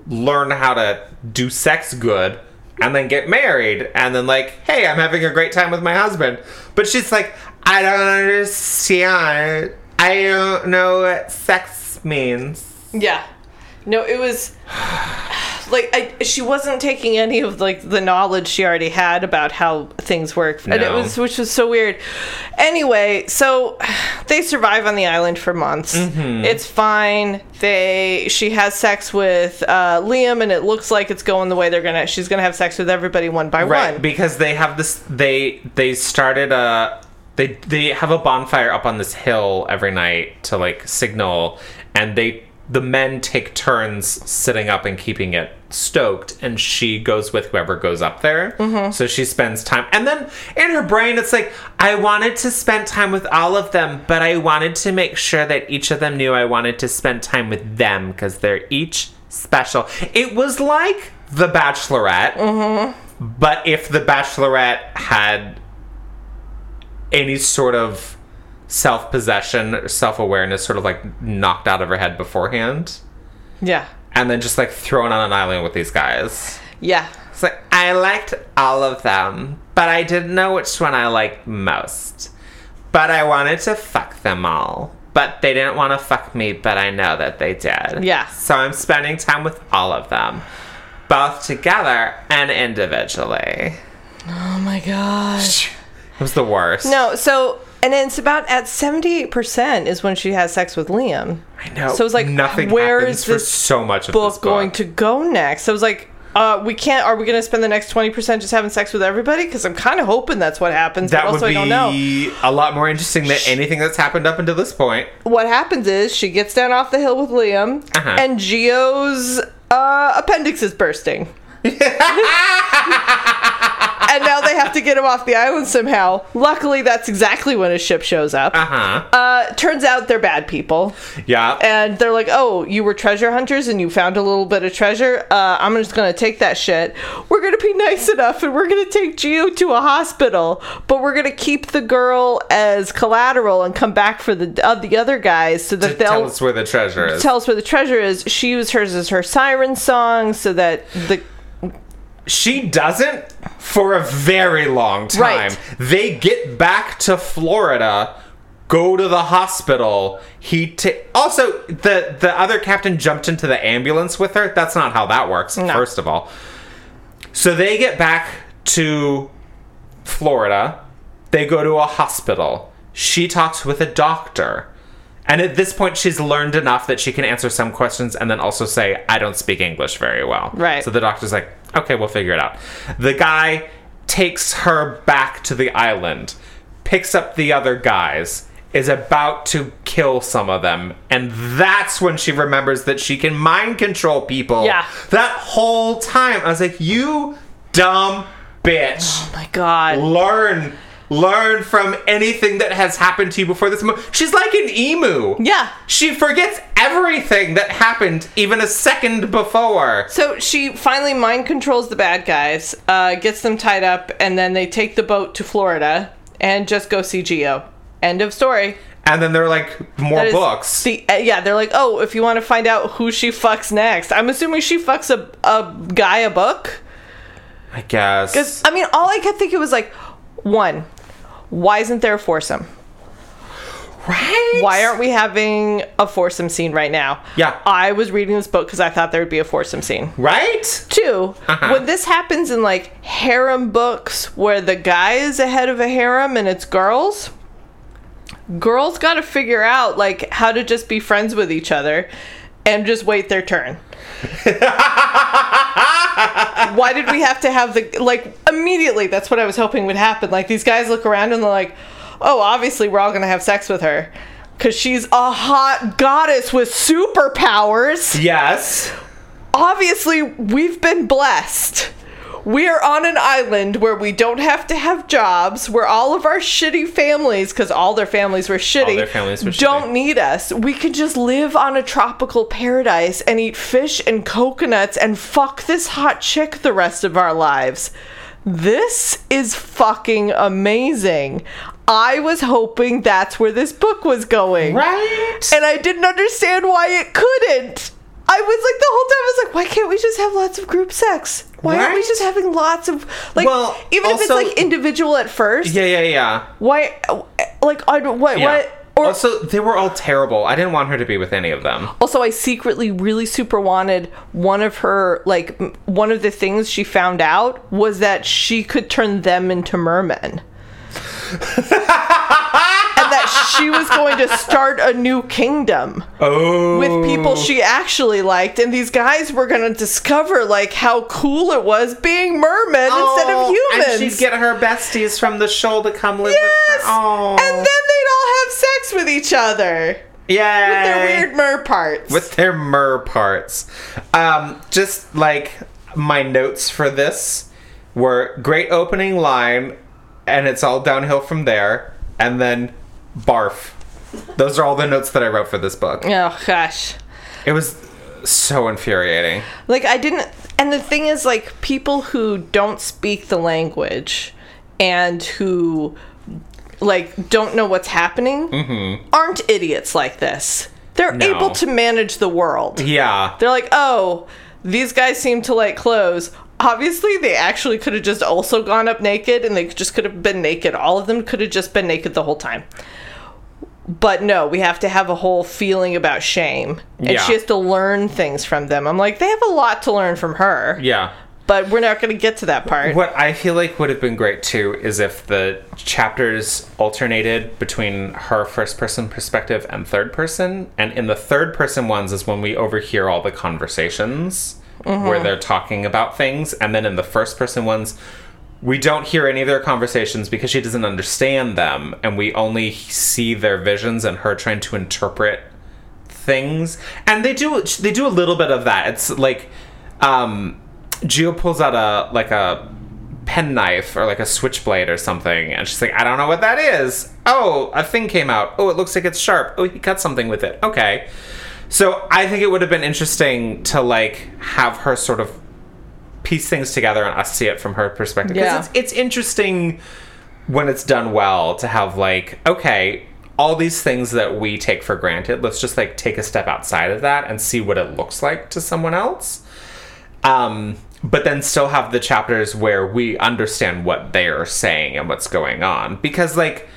Speaker 3: learn how to do sex good and then get married and then like hey i'm having a great time with my husband but she's like i don't understand i don't know what sex means
Speaker 2: yeah. No, it was [sighs] like I, she wasn't taking any of like the knowledge she already had about how things work, and it
Speaker 3: No.
Speaker 2: was which was so weird. Anyway, so [sighs] they survive on the island for months.
Speaker 3: Mm-hmm.
Speaker 2: It's fine. They she has sex with uh, Liam, and it looks like it's going the way they're gonna. She's gonna have sex with everybody one by
Speaker 3: right
Speaker 2: one.
Speaker 3: because they have this they they started a they they have a bonfire up on this hill every night to like signal and they the men take turns sitting up and keeping it stoked and she goes with whoever goes up there so she spends time and then in her brain it's like i wanted to spend time with all of them but i wanted to make sure that each of them knew i wanted to spend time with them because they're each special it was like the bachelorette but if the Bachelorette had any sort of self possession or self awareness, sort of like knocked out of her head beforehand,
Speaker 2: yeah,
Speaker 3: and then just like thrown on an island with these guys.
Speaker 2: yeah,
Speaker 3: It's like, I liked all of them, but I didn't know which one I liked most. But I wanted to fuck them all. But they didn't want to fuck me, but I know that they did.
Speaker 2: Yeah.
Speaker 3: So I'm spending time with all of them, both together and individually.
Speaker 2: Oh my gosh.
Speaker 3: It was the worst.
Speaker 2: No, so and then it's about at seventy eight percent is when she has sex with Liam.
Speaker 3: I know.
Speaker 2: So it's like,
Speaker 3: nothing
Speaker 2: where
Speaker 3: happens
Speaker 2: is
Speaker 3: for
Speaker 2: this
Speaker 3: so much of
Speaker 2: Book,
Speaker 3: this book
Speaker 2: going to go next. So I was like, uh, we can't. Are we going to spend the next twenty percent just having sex with everybody? Because I'm kind of hoping that's what happens.
Speaker 3: That
Speaker 2: but
Speaker 3: would
Speaker 2: also, I don't know
Speaker 3: be a lot more interesting than anything that's happened up until this point.
Speaker 2: what happens. Is she gets down off the hill with Liam
Speaker 3: Uh-huh.
Speaker 2: and Geo's uh, appendix is
Speaker 3: [laughs]
Speaker 2: bursting. and now they have to get him off the island somehow. Luckily, that's exactly when his ship shows up.
Speaker 3: Uh huh.
Speaker 2: Uh, turns out they're bad people.
Speaker 3: yeah.
Speaker 2: and they're like, "Oh, you were treasure hunters and you found a little bit of treasure. Uh, I'm just gonna take that shit. We're gonna be nice enough, and we're gonna take Geo to a hospital, but we're gonna keep the girl as collateral and come back for the uh, the other guys so that they'll."
Speaker 3: Tell us where the treasure is.
Speaker 2: Tell us where the treasure is. She used hers as her siren song so that the
Speaker 3: she doesn't for a very long time.
Speaker 2: Right.
Speaker 3: They get back to Florida, go to the hospital. He ta- also the the other captain jumped into the ambulance with her. That's not how that works. First of all, so they get back to Florida. They go to a hospital. She talks with a doctor. And at this point, she's learned enough that she can answer some questions and then also say, I don't speak English very well.
Speaker 2: Right.
Speaker 3: So the doctor's like, okay, we'll figure it out. The guy takes her back to the island, picks up the other guys, is about to kill some of them. And that's when she remembers that she can mind control people.
Speaker 2: Yeah.
Speaker 3: That whole time. I was like, you dumb bitch
Speaker 2: my god,
Speaker 3: learn learn from anything that has happened to you before this moment she's like an emu
Speaker 2: yeah.
Speaker 3: she forgets everything that happened even a second before
Speaker 2: So she finally mind controls the bad guys, uh, gets them tied up, and then they take the boat to Florida and just go see Geo. End of story.
Speaker 3: and then they're like more
Speaker 2: That is
Speaker 3: books
Speaker 2: The, uh, yeah, they're like, oh, if you want to find out who she fucks next, I'm assuming she fucks a, a guy a book.
Speaker 3: i
Speaker 2: 'Cause,
Speaker 3: guess
Speaker 2: I mean, all I kept thinking was like, one, why isn't there a foursome?
Speaker 3: Right?
Speaker 2: Why aren't we having a foursome scene right now?
Speaker 3: Yeah.
Speaker 2: I was reading this book because I thought there would be a foursome scene.
Speaker 3: Right?
Speaker 2: 2 when this happens in like harem books where the guy is the head of a harem and it's girls, girls got to figure out like how to just be friends with each other and just wait their turn. Why did we have to have the like immediately? That's what I was hoping would happen. Like these guys look around and they're like, "Oh, obviously we're all gonna have sex with her, cause she's a hot goddess with superpowers."
Speaker 3: Yes.
Speaker 2: obviously we've been blessed. We are on an island where we don't have to have jobs, where all of our shitty families, because all their families were shitty,
Speaker 3: their families were
Speaker 2: don't
Speaker 3: shitty.
Speaker 2: need us. We can just live on a tropical paradise and eat fish and coconuts and fuck this hot chick the rest of our lives. This is fucking amazing. I was hoping that's where this book was going
Speaker 3: Right?
Speaker 2: [laughs] and I didn't understand why it couldn't. I was like the whole time I was like, why can't we just have lots of group sex? Why aren't we
Speaker 3: Right?
Speaker 2: just having lots of like
Speaker 3: Well,
Speaker 2: even if it's
Speaker 3: also-
Speaker 2: like individual at first?
Speaker 3: yeah, yeah, yeah.
Speaker 2: Why like I don't what
Speaker 3: Yeah.
Speaker 2: what or also,
Speaker 3: also, they were all terrible. I didn't want her to be with any of them.
Speaker 2: I secretly really super wanted one of her like m- one of the things she found out was that she could turn them into
Speaker 3: [laughs]
Speaker 2: mermen. and that she was going to start a new kingdom.
Speaker 3: Oh.
Speaker 2: with people she actually liked, and these guys were gonna discover like how cool it was being mermen instead of humans.
Speaker 3: Oh. And she'd get her besties from the show to come live
Speaker 2: yes,
Speaker 3: with her. Oh.
Speaker 2: and then they'd all have sex with each other.
Speaker 3: yeah.
Speaker 2: Their weird mer parts.
Speaker 3: with their mer parts. Um, just like my notes for this were great opening line, and it's all downhill from there, and then barf. Those are all the notes that I wrote for this book.
Speaker 2: oh gosh,
Speaker 3: It was so infuriating.
Speaker 2: like I didn't. And the thing is, like people who don't speak the language and who like don't know what's happening aren't idiots like this. They're
Speaker 3: Mm-hmm. No.
Speaker 2: able to manage the world.
Speaker 3: Yeah.
Speaker 2: They're like, oh, these guys seem to like clothes. Obviously, they actually could have just also gone up naked and they just could have been naked. All of them could have just been naked the whole time. But no, we have to have a whole feeling about shame. And
Speaker 3: Yeah.
Speaker 2: she has to learn things from them. I'm like, they have a lot to learn from her.
Speaker 3: Yeah.
Speaker 2: But we're not going to get to that part.
Speaker 3: What I feel like would have been great too is if the chapters alternated between her first person perspective and third person. And in the third person ones is when we overhear all the conversations where they're talking about things. And then in the first person ones, we don't hear any of their conversations because she doesn't understand them. And we only see their visions and her trying to interpret things and they do they do a little bit of that it's like um Gio pulls out a like a penknife or like a switchblade or something and she's like I don't know what that is oh a thing came out oh it looks like it's sharp oh he cut something with it okay so I think it would have been interesting to like have her sort of piece things together and us see it from her perspective 'Cause
Speaker 2: Yeah.
Speaker 3: it's, it's interesting when it's done well to have like okay all these things that we take for granted let's just like take a step outside of that and see what it looks like to someone else um but then still have the chapters where we understand what they're saying and what's going on because like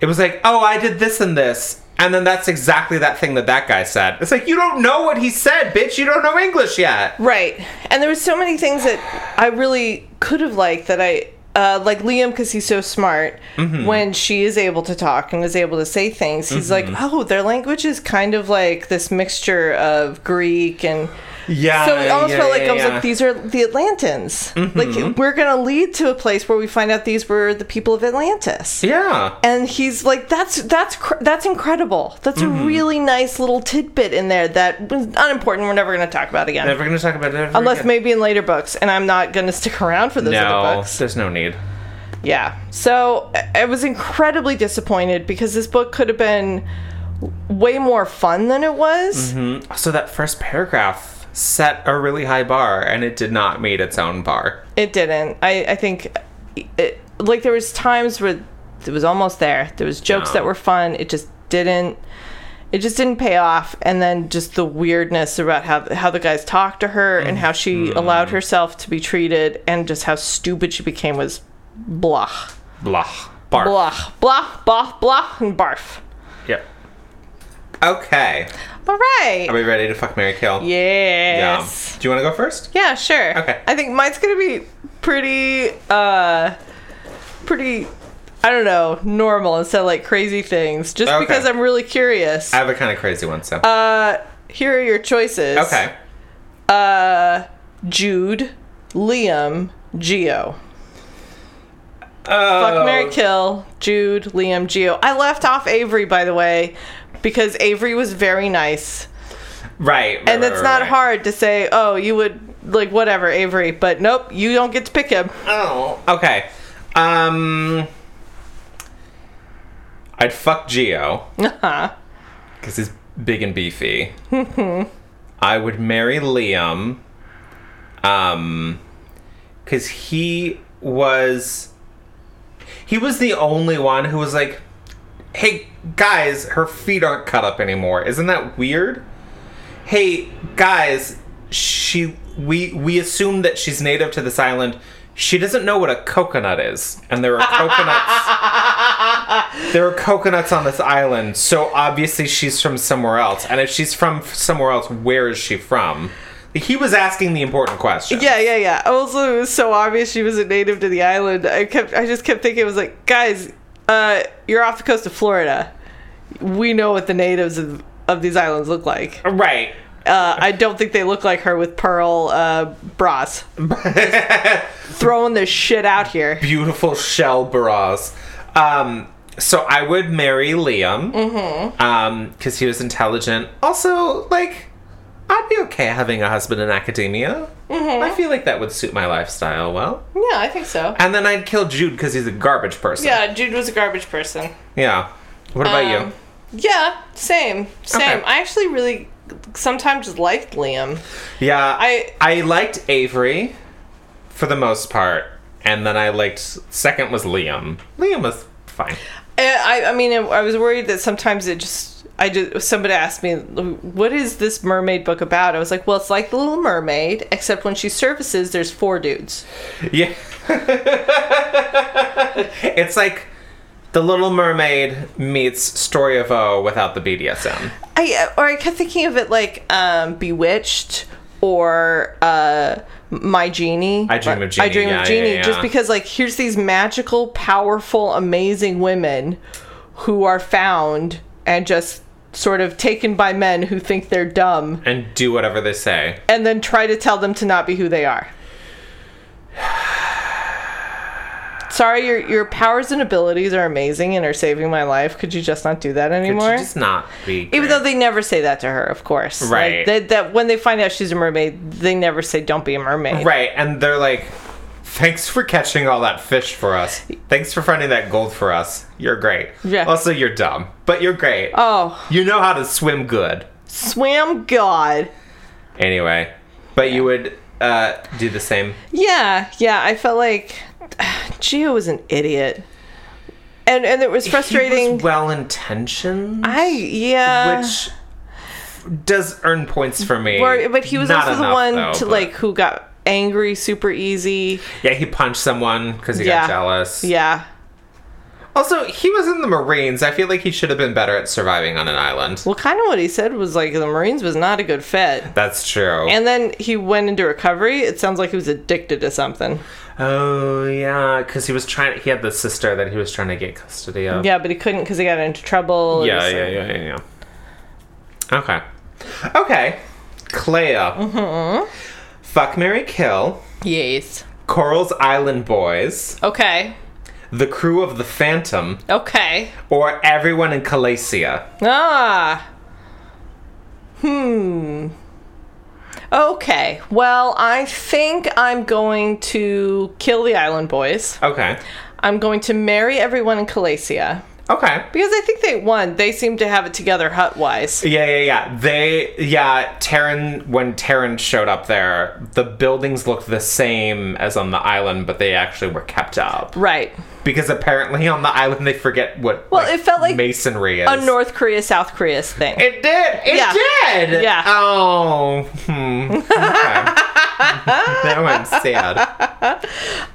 Speaker 3: it was like oh i did this and this and then that's exactly that thing that that guy said it's like you don't know what he said bitch you don't know english yet
Speaker 2: Right. And there was so many things that I really could have liked that I uh, like Liam because he's so smart.
Speaker 3: Mm-hmm.
Speaker 2: When she is able to talk and is able to say things, he's
Speaker 3: Mm-hmm.
Speaker 2: like, "Oh, their language is kind of like this mixture of Greek and."
Speaker 3: yeah
Speaker 2: So it almost
Speaker 3: yeah,
Speaker 2: felt like
Speaker 3: yeah,
Speaker 2: I was
Speaker 3: yeah. Mm-hmm.
Speaker 2: like, "These are the Atlantans. Like we're gonna lead to a place where we find out these were the people of Atlantis."
Speaker 3: yeah
Speaker 2: and he's like that's that's cr- that's incredible that's
Speaker 3: Mm-hmm.
Speaker 2: a really nice little tidbit in there that was unimportant we're never going to talk about again
Speaker 3: never gonna talk about it ever
Speaker 2: Unless
Speaker 3: again.
Speaker 2: maybe in later books, and I'm not going to stick around for those other
Speaker 3: no
Speaker 2: books.
Speaker 3: there's no need
Speaker 2: Yeah. So I- I was incredibly disappointed because this book could have been way more fun than it was.
Speaker 3: So that first paragraph set a really high bar, and it did not meet its own bar.
Speaker 2: It didn't. I, I think, it, like, there was times where it was almost there. There was jokes
Speaker 3: No.
Speaker 2: that were fun. It just didn't. It just didn't pay off, and then just the weirdness about how how the guys talked to her and how she allowed herself to be treated, and just how stupid she became was blah.
Speaker 3: Blah. Bar.
Speaker 2: blah blah blah blah and barf
Speaker 3: Okay.
Speaker 2: All right.
Speaker 3: Are we ready to fuck Mary Kill? Um,
Speaker 2: Yes.
Speaker 3: Do you want to go first?
Speaker 2: Yeah. sure.
Speaker 3: Okay.
Speaker 2: I think mine's gonna be pretty, uh, pretty. I don't know, normal instead of like crazy things. Just
Speaker 3: Okay.
Speaker 2: because I'm really curious.
Speaker 3: I have a kind of crazy one, so.
Speaker 2: Uh, here are your choices.
Speaker 3: okay.
Speaker 2: Uh, Jude, Liam, Geo.
Speaker 3: Oh,
Speaker 2: Fuck Mary Kill, Jude, Liam, Geo. I left off Avery, by the way, because Avery was very nice.
Speaker 3: Right. right,
Speaker 2: And
Speaker 3: right,
Speaker 2: it's
Speaker 3: right,
Speaker 2: not
Speaker 3: right.
Speaker 2: hard to say, oh, you would like whatever, Avery, but nope, you don't get to pick him.
Speaker 3: Oh. Okay. Um. I'd fuck Geo. Because he's big and beefy. I would marry Liam. Um. Because he was. He was the only one who was like, hey, guys, her feet aren't cut up anymore. Isn't that weird? hey guys she we we assume that she's native to this island she doesn't know what a coconut is and there are coconuts there are coconuts on this island so obviously she's from somewhere else and if she's from somewhere else where is she from he was asking the important question
Speaker 2: Yeah, yeah, yeah. Also, it was so obvious she was a native to the island. I kept, I just kept thinking, it was like, guys, uh, you're off the coast of Florida. We know what the natives of, of these islands look like.
Speaker 3: right
Speaker 2: Uh, I don't think they look like her with pearl uh, bras. throwing this shit out here.
Speaker 3: beautiful shell bras. Um, so I would marry Liam, mm-hmm. because he was intelligent. Also, like, I'd be okay having a husband in academia.
Speaker 2: Mm-hmm.
Speaker 3: I feel like that would suit my lifestyle well.
Speaker 2: Yeah, I think so.
Speaker 3: And then I'd kill Jude because he's a garbage person.
Speaker 2: Yeah, Jude was a garbage person.
Speaker 3: Yeah. What about you?
Speaker 2: Um, Yeah, same, same.
Speaker 3: Okay.
Speaker 2: I actually really sometimes liked Liam.
Speaker 3: Yeah,
Speaker 2: I-
Speaker 3: I liked Avery for the most part, and then I liked second was Liam. Liam was fine.
Speaker 2: Eh, I, I mean, I was worried that sometimes it just. I just somebody asked me, "What is this mermaid book about?" I was like, "Well, it's like the Little Mermaid, except when she surfaces, there's four dudes."
Speaker 3: Yeah. [laughs] it's like The Little Mermaid meets Story of O without the BDSM.
Speaker 2: I or I kept thinking of it like um, Bewitched or uh, My Genie.
Speaker 3: I Dream of Jeannie,
Speaker 2: I Dream
Speaker 3: yeah,
Speaker 2: of Genie.
Speaker 3: yeah, yeah.
Speaker 2: Just because like here's these magical, powerful, amazing women who are found and just sort of taken by men who think they're dumb
Speaker 3: And do whatever they say.
Speaker 2: and then try to tell them to not be who they are. Sorry, your your powers and abilities are amazing and are saving my life. Could you just not do that
Speaker 3: Could
Speaker 2: anymore?
Speaker 3: you just not be.
Speaker 2: Even
Speaker 3: great?
Speaker 2: though they never say that to her, of course. Like,
Speaker 3: Right.
Speaker 2: that, that when they find out she's a mermaid, they never say, "Don't be a mermaid."
Speaker 3: Right, and they're like, thanks for catching all that fish for us. Thanks for finding that gold for us. You're great.
Speaker 2: Yeah.
Speaker 3: Also, you're dumb, but you're great.
Speaker 2: Oh,
Speaker 3: You know how to swim good.
Speaker 2: swam god.
Speaker 3: Anyway, but you would uh, do the same.
Speaker 2: Yeah, yeah. I felt like [sighs] Geo was an idiot, and and it was frustrating.
Speaker 3: well intentioned.
Speaker 2: I yeah.
Speaker 3: which does earn points for me.
Speaker 2: Or- but he was
Speaker 3: Not
Speaker 2: also the
Speaker 3: enough,
Speaker 2: one
Speaker 3: though,
Speaker 2: to
Speaker 3: but-
Speaker 2: like who got angry super easy.
Speaker 3: Yeah, he punched someone because he
Speaker 2: Yeah.
Speaker 3: got jealous.
Speaker 2: Yeah.
Speaker 3: Also, he was in the Marines. I feel like he should have been better at surviving on an island.
Speaker 2: Well, kind of what he said was like the Marines was not a good fit.
Speaker 3: That's true.
Speaker 2: And then he went into recovery. It sounds like he was addicted to something.
Speaker 3: oh yeah, because he was trying. He had the sister that he was trying to get custody of.
Speaker 2: Yeah, but he couldn't because he got into trouble. It
Speaker 3: Yeah,
Speaker 2: was
Speaker 3: yeah,
Speaker 2: like-
Speaker 3: yeah, yeah, yeah. Okay. Okay. Clea. Mm-hmm. Fuck Mary Kill.
Speaker 2: Yes.
Speaker 3: Coral's Island Boys.
Speaker 2: Okay.
Speaker 3: The crew of the Phantom.
Speaker 2: Okay.
Speaker 3: Or everyone in Calacia.
Speaker 2: Ah. Hmm. Okay. Well, I think I'm going to kill the island boys.
Speaker 3: Okay.
Speaker 2: I'm going to marry everyone in Calacia.
Speaker 3: Okay.
Speaker 2: Because I think they won. They seem to have it together hut wise.
Speaker 3: Yeah, yeah, yeah. They, yeah, Terran, when Terran showed up there, the buildings looked the same as on the island, but they actually were kept up.
Speaker 2: Right.
Speaker 3: Because apparently on the island they forget what
Speaker 2: Well, it felt like
Speaker 3: masonry is.
Speaker 2: A North Korea, South Korea thing.
Speaker 3: It did. It
Speaker 2: Yeah.
Speaker 3: did.
Speaker 2: Yeah.
Speaker 3: Oh. Hmm. Okay. [laughs] now I'm sad.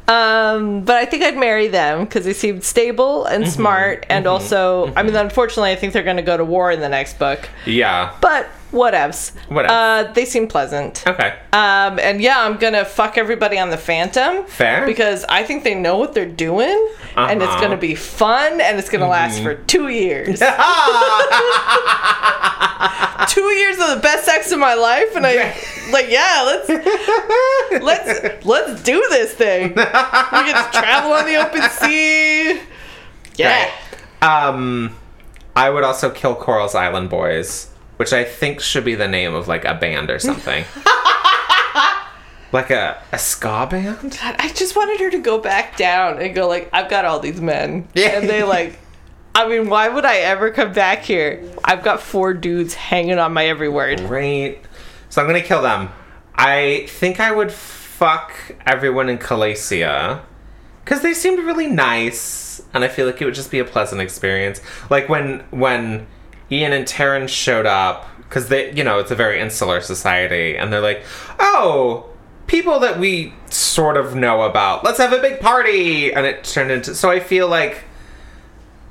Speaker 2: Um, but I think I'd marry them because they seemed stable and smart, and also, I mean, unfortunately, I think they're going to go to war in the next book.
Speaker 3: Yeah.
Speaker 2: But whatevs.
Speaker 3: Whatevs.
Speaker 2: Uh, they seem pleasant.
Speaker 3: Okay.
Speaker 2: Um, and yeah, I'm gonna fuck everybody on the Phantom.
Speaker 3: Fair.
Speaker 2: Because I think they know what they're doing, and it's
Speaker 3: Uh-huh. Mm-hmm.
Speaker 2: gonna be fun, and it's gonna last for two
Speaker 3: [laughs]
Speaker 2: years. two years of the best sex of my life, and I
Speaker 3: Yeah.
Speaker 2: like, yeah, let's let's let's do this thing. We get to travel on the open sea. Yeah.
Speaker 3: Right. Um, I would also kill Coral's Island Boys, which I think should be the name of like a band or something. like a a ska band?
Speaker 2: God, I just wanted her to go back down and go like, I've got all these men.
Speaker 3: Yeah.
Speaker 2: And they like I mean, why would I ever come back here? I've got four dudes hanging on my every word.
Speaker 3: Right. So I'm gonna kill them. I think I would fuck everyone in Calacia. Cause they seemed really nice, and I feel like it would just be a pleasant experience. Like when when Ian and Taryn showed up, because they you know, it's a very insular society, and they're like, Oh, people that we sort of know about, let's have a big party and it turned into so I feel like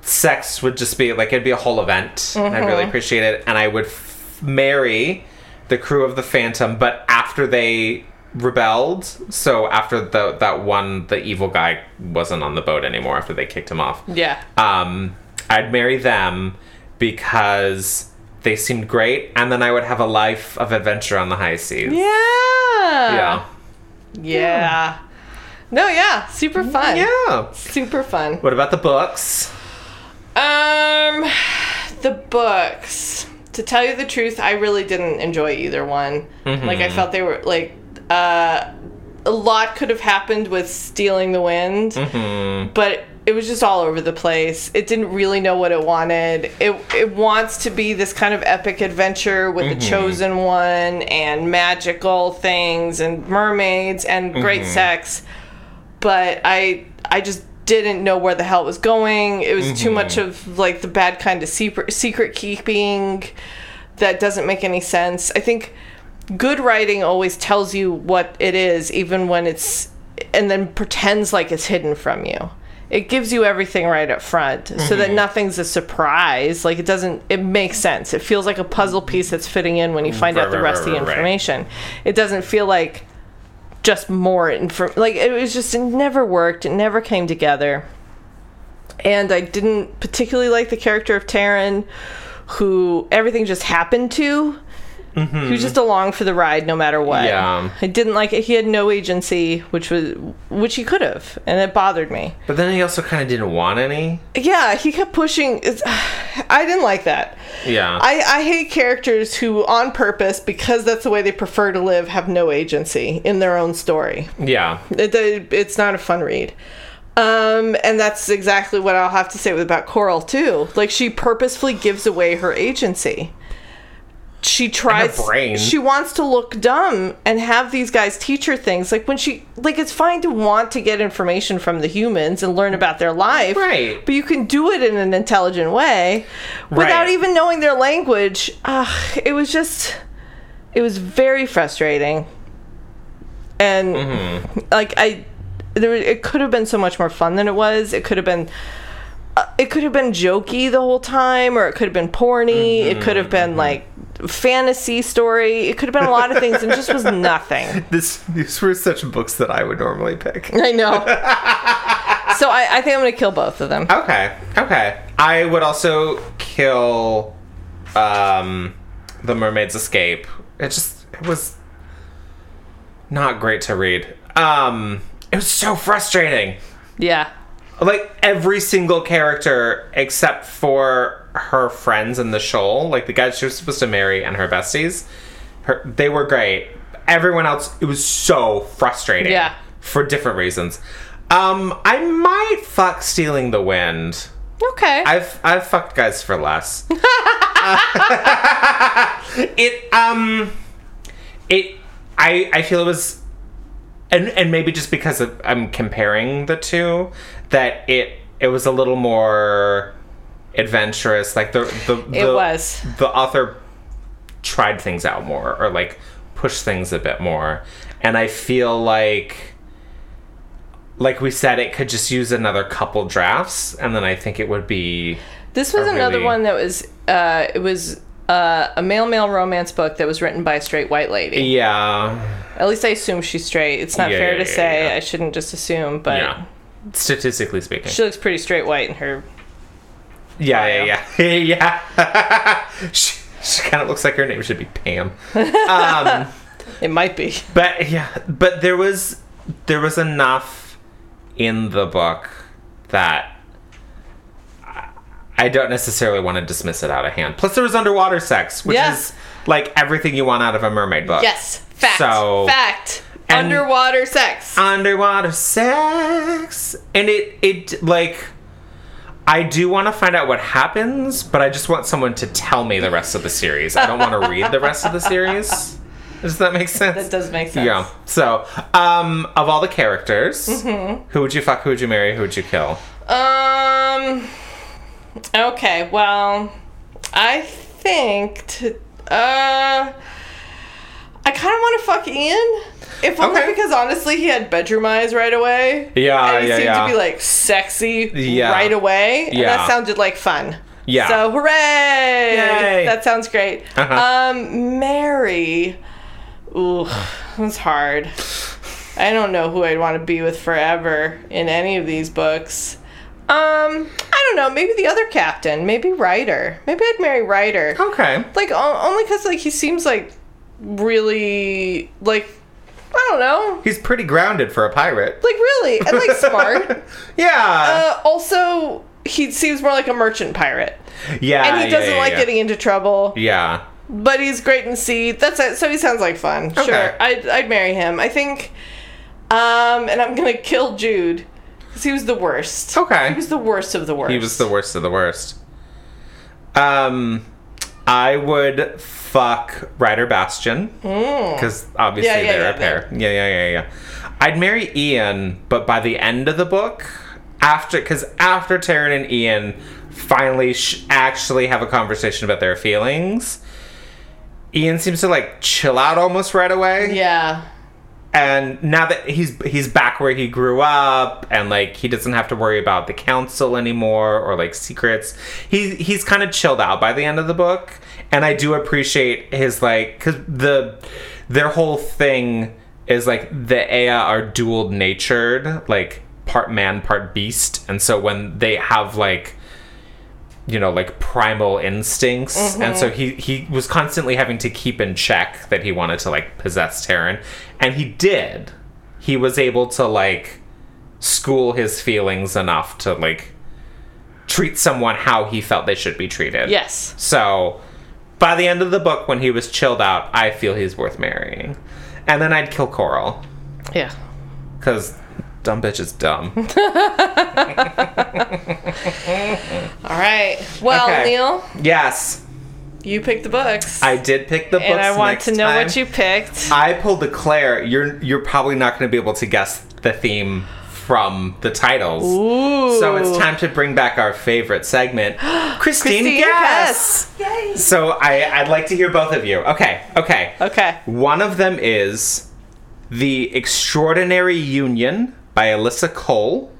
Speaker 3: sex would just be like it'd be a whole event and i really appreciate it and i would f- marry the crew of the phantom but after they rebelled so after the that one the evil guy wasn't on the boat anymore after they kicked him off
Speaker 2: Yeah.
Speaker 3: um i'd marry them because they seemed great and then i would have a life of adventure on the high seas
Speaker 2: Yeah.
Speaker 3: yeah
Speaker 2: Yeah. No, yeah. Super fun.
Speaker 3: yeah
Speaker 2: Super fun.
Speaker 3: what about the books
Speaker 2: Um, the books. To tell you the truth, I really didn't enjoy either one. Like I felt they were like uh, a lot could have happened with stealing the wind, but it was just all over the place. It didn't really know what it wanted. It it wants to be this kind of epic adventure with the chosen one and magical things and mermaids and great sex but I I just didn't know where the hell it was going. It was
Speaker 3: Mm-hmm.
Speaker 2: too much of like the bad kind of secret secret keeping that doesn't make any sense. I think good writing always tells you what it is even when it's and then pretends like it's hidden from you. It gives you everything right up front so that
Speaker 3: Mm-hmm.
Speaker 2: nothing's a surprise. Like it doesn't it makes sense. It feels like a puzzle piece that's fitting in when you find out
Speaker 3: Mm-hmm. Right,
Speaker 2: the
Speaker 3: right,
Speaker 2: rest
Speaker 3: right,
Speaker 2: of the
Speaker 3: right, right.
Speaker 2: information. It doesn't feel like just more info. Like it was just it never worked. It never came together. And I didn't particularly like the character of Taryn, who everything just happened to. He was just along for the ride, no matter what.
Speaker 3: Mm-hmm. Yeah.
Speaker 2: I didn't like it. He had no agency, which was which he could have, and it bothered me.
Speaker 3: but then he also kind of didn't want any
Speaker 2: Yeah, he kept pushing. It's, [sighs] I didn't like that.
Speaker 3: yeah
Speaker 2: I, I hate characters who, on purpose, because that's the way they prefer to live, have no agency in their own story.
Speaker 3: yeah
Speaker 2: [laughs] It, it- it's not a fun read. Um, and that's exactly what I'll have to say about Coral too. Like she purposefully gives away her agency. She tries.
Speaker 3: brain.
Speaker 2: She wants to look dumb and have these guys teach her things. Like when she, like it's fine to want to get information from the humans and learn about their life,
Speaker 3: Right.
Speaker 2: But you can do it in an intelligent way without
Speaker 3: Right.
Speaker 2: even knowing their language. Ugh, it was just, it was very frustrating, and
Speaker 3: Mm-hmm.
Speaker 2: like I, there was- it could have been so much more fun than it was. It could have been, uh, it could have been jokey the whole time, or it could have been porny. It could
Speaker 3: Mm-hmm,
Speaker 2: have been like fantasy story. It could have been a lot of things, and just was
Speaker 3: [laughs]
Speaker 2: nothing.
Speaker 3: This, these were such books that I would normally pick.
Speaker 2: I
Speaker 3: [laughs]
Speaker 2: know. so I, I think I'm gonna kill both of them.
Speaker 3: Okay, okay. I would also kill um, The Mermaid's Escape. It just it was not great to read. Um, it was so frustrating.
Speaker 2: Yeah.
Speaker 3: Like every single character except for her friends in the shoal, like the guys she was supposed to marry and her besties, her, they were great. Everyone else, it was so frustrating.
Speaker 2: Yeah.
Speaker 3: For different reasons. Um, I might fuck stealing the wind.
Speaker 2: Okay.
Speaker 3: I've I've fucked guys for less. Uh, [laughs] it um it I I feel it was and and maybe just because of, I'm comparing the two that it it was a little more adventurous like the the, the
Speaker 2: was.
Speaker 3: the author tried things out more or like pushed things a bit more and I feel like like we said it could just use another couple drafts and then I think it would be
Speaker 2: This was
Speaker 3: Or
Speaker 2: another
Speaker 3: really-
Speaker 2: one that was uh, it was uh, a male male romance book that was written by a straight white lady.
Speaker 3: yeah
Speaker 2: At least I assume she's straight. It's not
Speaker 3: Yeah,
Speaker 2: fair
Speaker 3: yeah,
Speaker 2: to
Speaker 3: yeah,
Speaker 2: say.
Speaker 3: yeah.
Speaker 2: I shouldn't just assume, but
Speaker 3: yeah statistically speaking
Speaker 2: she looks pretty straight white in her.
Speaker 3: yeah yeah yeah yeah [laughs] she, she kind of looks like her name should be Pam
Speaker 2: It might be.
Speaker 3: but yeah but there was there was enough in the book that I- I don't necessarily want to dismiss it out of hand. Plus, there was underwater sex, which
Speaker 2: Yeah.
Speaker 3: is like everything you want out of a mermaid book.
Speaker 2: Yes, fact.
Speaker 3: Uh, So-
Speaker 2: fact.
Speaker 3: And-
Speaker 2: Underwater sex.
Speaker 3: underwater sex and it it like i do want to find out what happens but i just want someone to tell me the rest of the series i don't want to read the rest of the series does that make sense
Speaker 2: that does make sense.
Speaker 3: yeah so um of all the characters
Speaker 2: Mm-hmm.
Speaker 3: who would you fuck who would you marry who would you kill
Speaker 2: Um. Okay. Well, I think to, uh, I kind of want to fuck Ian, if only
Speaker 3: Okay.
Speaker 2: because honestly, he had bedroom eyes right away.
Speaker 3: Yeah,
Speaker 2: and he
Speaker 3: yeah,
Speaker 2: seemed
Speaker 3: yeah.
Speaker 2: to be like sexy
Speaker 3: Yeah.
Speaker 2: right away, and that
Speaker 3: Yeah.
Speaker 2: sounded like fun.
Speaker 3: Yeah.
Speaker 2: So hooray!
Speaker 3: Yay.
Speaker 2: That sounds great.
Speaker 3: Uh-huh.
Speaker 2: Um, Mary. Ooh, [sighs] that's hard. I don't know who I'd want to be with forever in any of these books. Um, I don't know. Maybe the other captain. Maybe Ryder. Maybe I'd marry Ryder.
Speaker 3: okay
Speaker 2: Like o- only because like he seems like really like I don't know.
Speaker 3: he's pretty grounded for a pirate
Speaker 2: Like really and like smart.
Speaker 3: yeah
Speaker 2: Uh, also, he seems more like a merchant pirate,
Speaker 3: yeah
Speaker 2: and he
Speaker 3: Ah, yeah,
Speaker 2: doesn't
Speaker 3: yeah,
Speaker 2: like
Speaker 3: yeah.
Speaker 2: getting into trouble.
Speaker 3: yeah
Speaker 2: but he's great in sea. That's it. So he sounds like fun.
Speaker 3: Okay.
Speaker 2: Sure, I'd, I'd marry him. I think, um, and I'm gonna kill Jude because he was the worst.
Speaker 3: okay
Speaker 2: he was the worst of the worst.
Speaker 3: He was the worst of the worst. Um, I would fuck Ryder Bastion because obviously
Speaker 2: Mm. Yeah, yeah,
Speaker 3: they're
Speaker 2: yeah,
Speaker 3: a pair. Yeah, yeah, yeah, yeah. I'd marry Ian, but by the end of the book, after because after Taryn and Ian finally sh- actually have a conversation about their feelings, Ian seems to like chill out almost right away
Speaker 2: yeah.
Speaker 3: and now that he's he's back where he grew up and like he doesn't have to worry about the council anymore or like secrets he he's kind of chilled out by the end of the book and i do appreciate his like because the their whole thing is like the aya are dual natured like part man part beast and so when they have like you know like primal instincts and so
Speaker 2: Mm-hmm.
Speaker 3: he he was constantly having to keep in check that he wanted to like possess Taryn and he did he was able to like school his feelings enough to like treat someone how he felt they should be treated
Speaker 2: Yes.
Speaker 3: so by the end of the book when he was chilled out I feel he's worth marrying and then I'd kill Coral
Speaker 2: Yeah.
Speaker 3: cuz dumb bitch is
Speaker 2: [laughs]
Speaker 3: dumb
Speaker 2: All right. Well,
Speaker 3: Okay.
Speaker 2: Neil,
Speaker 3: yes
Speaker 2: you picked the books,
Speaker 3: I did pick the books
Speaker 2: and I want
Speaker 3: next
Speaker 2: to know
Speaker 3: time.
Speaker 2: what you picked.
Speaker 3: I pulled a Claire. You're you're probably not going to be able to guess the theme from the titles.
Speaker 2: Ooh.
Speaker 3: So it's time to bring back our favorite [gasps] segment, Christine,
Speaker 2: Christine
Speaker 3: guess. So I I'd like to hear both of you. Okay, okay.
Speaker 2: Okay.
Speaker 3: One of them is the Extraordinary Union by Alyssa Cole,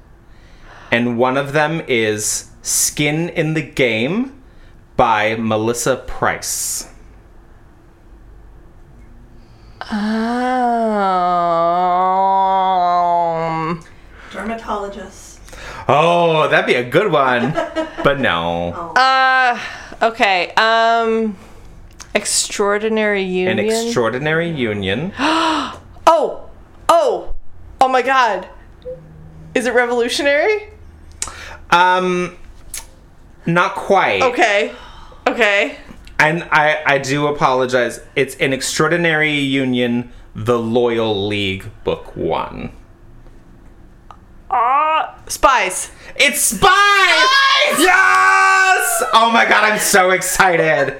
Speaker 3: and one of them is Skin in the Game by Melissa Price.
Speaker 2: Oh. Um.
Speaker 4: Dermatologist.
Speaker 3: Oh, that'd be a
Speaker 2: [laughs]
Speaker 3: good one. But no.
Speaker 2: Uh. Okay. Um. Extraordinary
Speaker 3: An
Speaker 2: union.
Speaker 3: extraordinary union.
Speaker 2: Oh, oh, oh my God! Is it revolutionary?
Speaker 3: Um not quite.
Speaker 2: Okay, okay.
Speaker 3: And I I do apologize. It's an extraordinary union, the Loyal League book 1.
Speaker 2: Ah, spies.
Speaker 3: It's spies! Yes! Oh my god, I'm
Speaker 2: [laughs]
Speaker 3: so excited.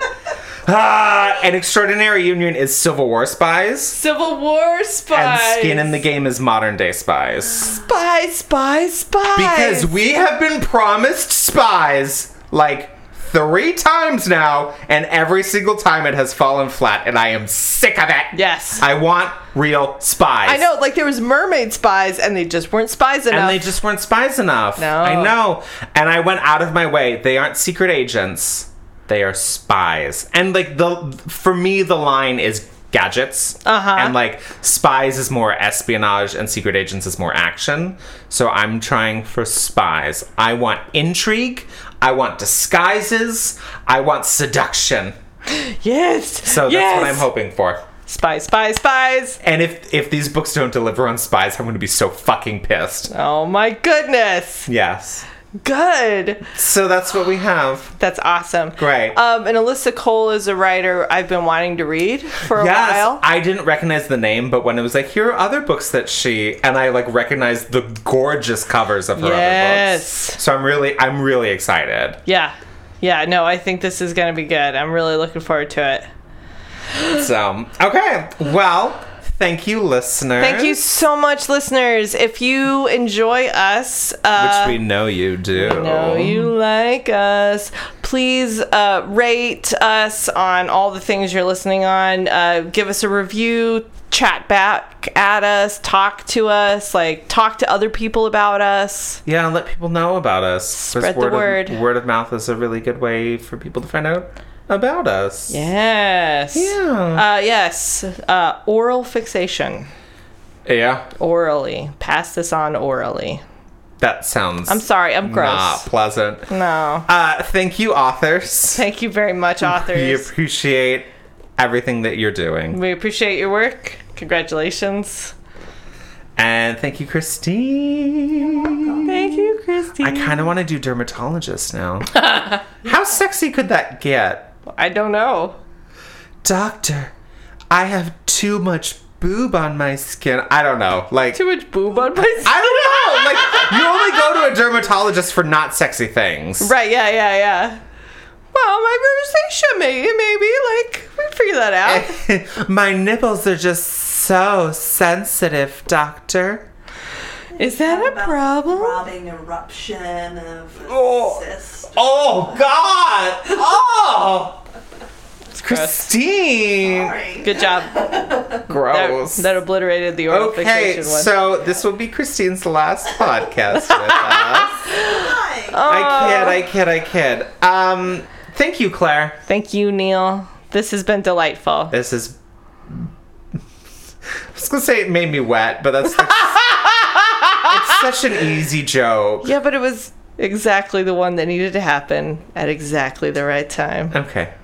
Speaker 3: Ah, an extraordinary union is Civil War spies.
Speaker 2: Civil War
Speaker 3: And
Speaker 2: spies.
Speaker 3: skin in the game is modern day spies.
Speaker 2: Spies, spies, spies.
Speaker 3: Because we have been promised spies like three times now, and every single time it has fallen flat, and I am sick of it.
Speaker 2: Yes.
Speaker 3: I want real spies.
Speaker 2: I know, like there was mermaid spies, and they just weren't spies enough.
Speaker 3: And they just weren't spies enough.
Speaker 2: No.
Speaker 3: I know. And I went out of my way. They aren't secret agents. They are spies. And like the for me the line is gadgets.
Speaker 2: Uh-huh.
Speaker 3: And like spies is more espionage and secret agents is more action. So I'm trying for spies. I want intrigue. I want disguises. I want seduction.
Speaker 2: yes.
Speaker 3: So that's
Speaker 2: yes!
Speaker 3: what I'm hoping for.
Speaker 2: Spies, spies, spies.
Speaker 3: And if if these books don't deliver on spies, I'm going to be so fucking pissed.
Speaker 2: Oh my goodness.
Speaker 3: Yes.
Speaker 2: Good.
Speaker 3: So that's what we have.
Speaker 2: That's awesome.
Speaker 3: Great.
Speaker 2: Um, and Alyssa Cole is a writer I've been wanting to read for a
Speaker 3: Yes,
Speaker 2: while.
Speaker 3: I didn't recognize the name, but when it was like, here are other books that she and I like recognized the gorgeous covers of her other
Speaker 2: Yes.
Speaker 3: books. So I'm really, I'm really
Speaker 2: [laughs]
Speaker 3: excited.
Speaker 2: yeah. Yeah. No, I think this is going to be good. I'm really looking forward to it.
Speaker 3: So okay, well, thank you, listener.
Speaker 2: Thank you so much, listeners. If you enjoy us,
Speaker 3: Which
Speaker 2: uh,
Speaker 3: we know you do.
Speaker 2: know you like us. Please uh, rate us on all the things you're listening on. Uh, give us a review. Chat back at us. Talk to us. Like talk to other people about us.
Speaker 3: Yeah, and let people know about us. 'cause
Speaker 2: Spread the
Speaker 3: word.
Speaker 2: word.
Speaker 3: Of, word of mouth is a really good way for people to find out about us.
Speaker 2: Yes.
Speaker 3: Yeah.
Speaker 2: Uh, yes. Uh, oral fixation.
Speaker 3: yeah.
Speaker 2: Orally. Pass this on orally.
Speaker 3: That sounds.
Speaker 2: I'm sorry. I'm
Speaker 3: Not
Speaker 2: gross.
Speaker 3: pleasant.
Speaker 2: No.
Speaker 3: Uh, thank you, authors.
Speaker 2: Thank you very much, authors.
Speaker 3: We appreciate everything that you're doing.
Speaker 2: We appreciate your work. Congratulations.
Speaker 3: And thank you, Christine.
Speaker 2: Thank you, Christy.
Speaker 3: I kind of want to do dermatologist now. [laughs] How sexy could that get?
Speaker 2: I don't know.
Speaker 3: Doctor, I have too much boob on my skin. I don't know. Like,
Speaker 2: Too much boob on my skin.
Speaker 3: I don't know. Like, you only go to a dermatologist for not sexy things.
Speaker 2: Right, yeah, yeah, yeah. Well, my rosacea maybe, maybe. Like, we figure that out.
Speaker 3: [laughs] Eh. my nipples are just so sensitive, doctor.
Speaker 2: Is that a problem?
Speaker 4: Robbing eruption of
Speaker 3: Oh.
Speaker 4: cyst.
Speaker 3: Oh, God. Oh.
Speaker 2: Gross.
Speaker 3: Christine!
Speaker 4: Sorry.
Speaker 2: Good job. That,
Speaker 3: Gross.
Speaker 2: that obliterated the oral
Speaker 3: okay,
Speaker 2: fixation one.
Speaker 3: so this will be Christine's last podcast with
Speaker 2: [laughs]
Speaker 3: us.
Speaker 4: Hi.
Speaker 2: Oh.
Speaker 3: I kid, I kid, I kid. Um, thank you, Claire.
Speaker 2: Thank you, Neil. This has been delightful.
Speaker 3: This is. I was gonna say it made me wet, but that's.
Speaker 2: [laughs]
Speaker 3: Like, it's such an easy joke.
Speaker 2: Yeah, but it was exactly the one that needed to happen at exactly the right time.
Speaker 3: Okay.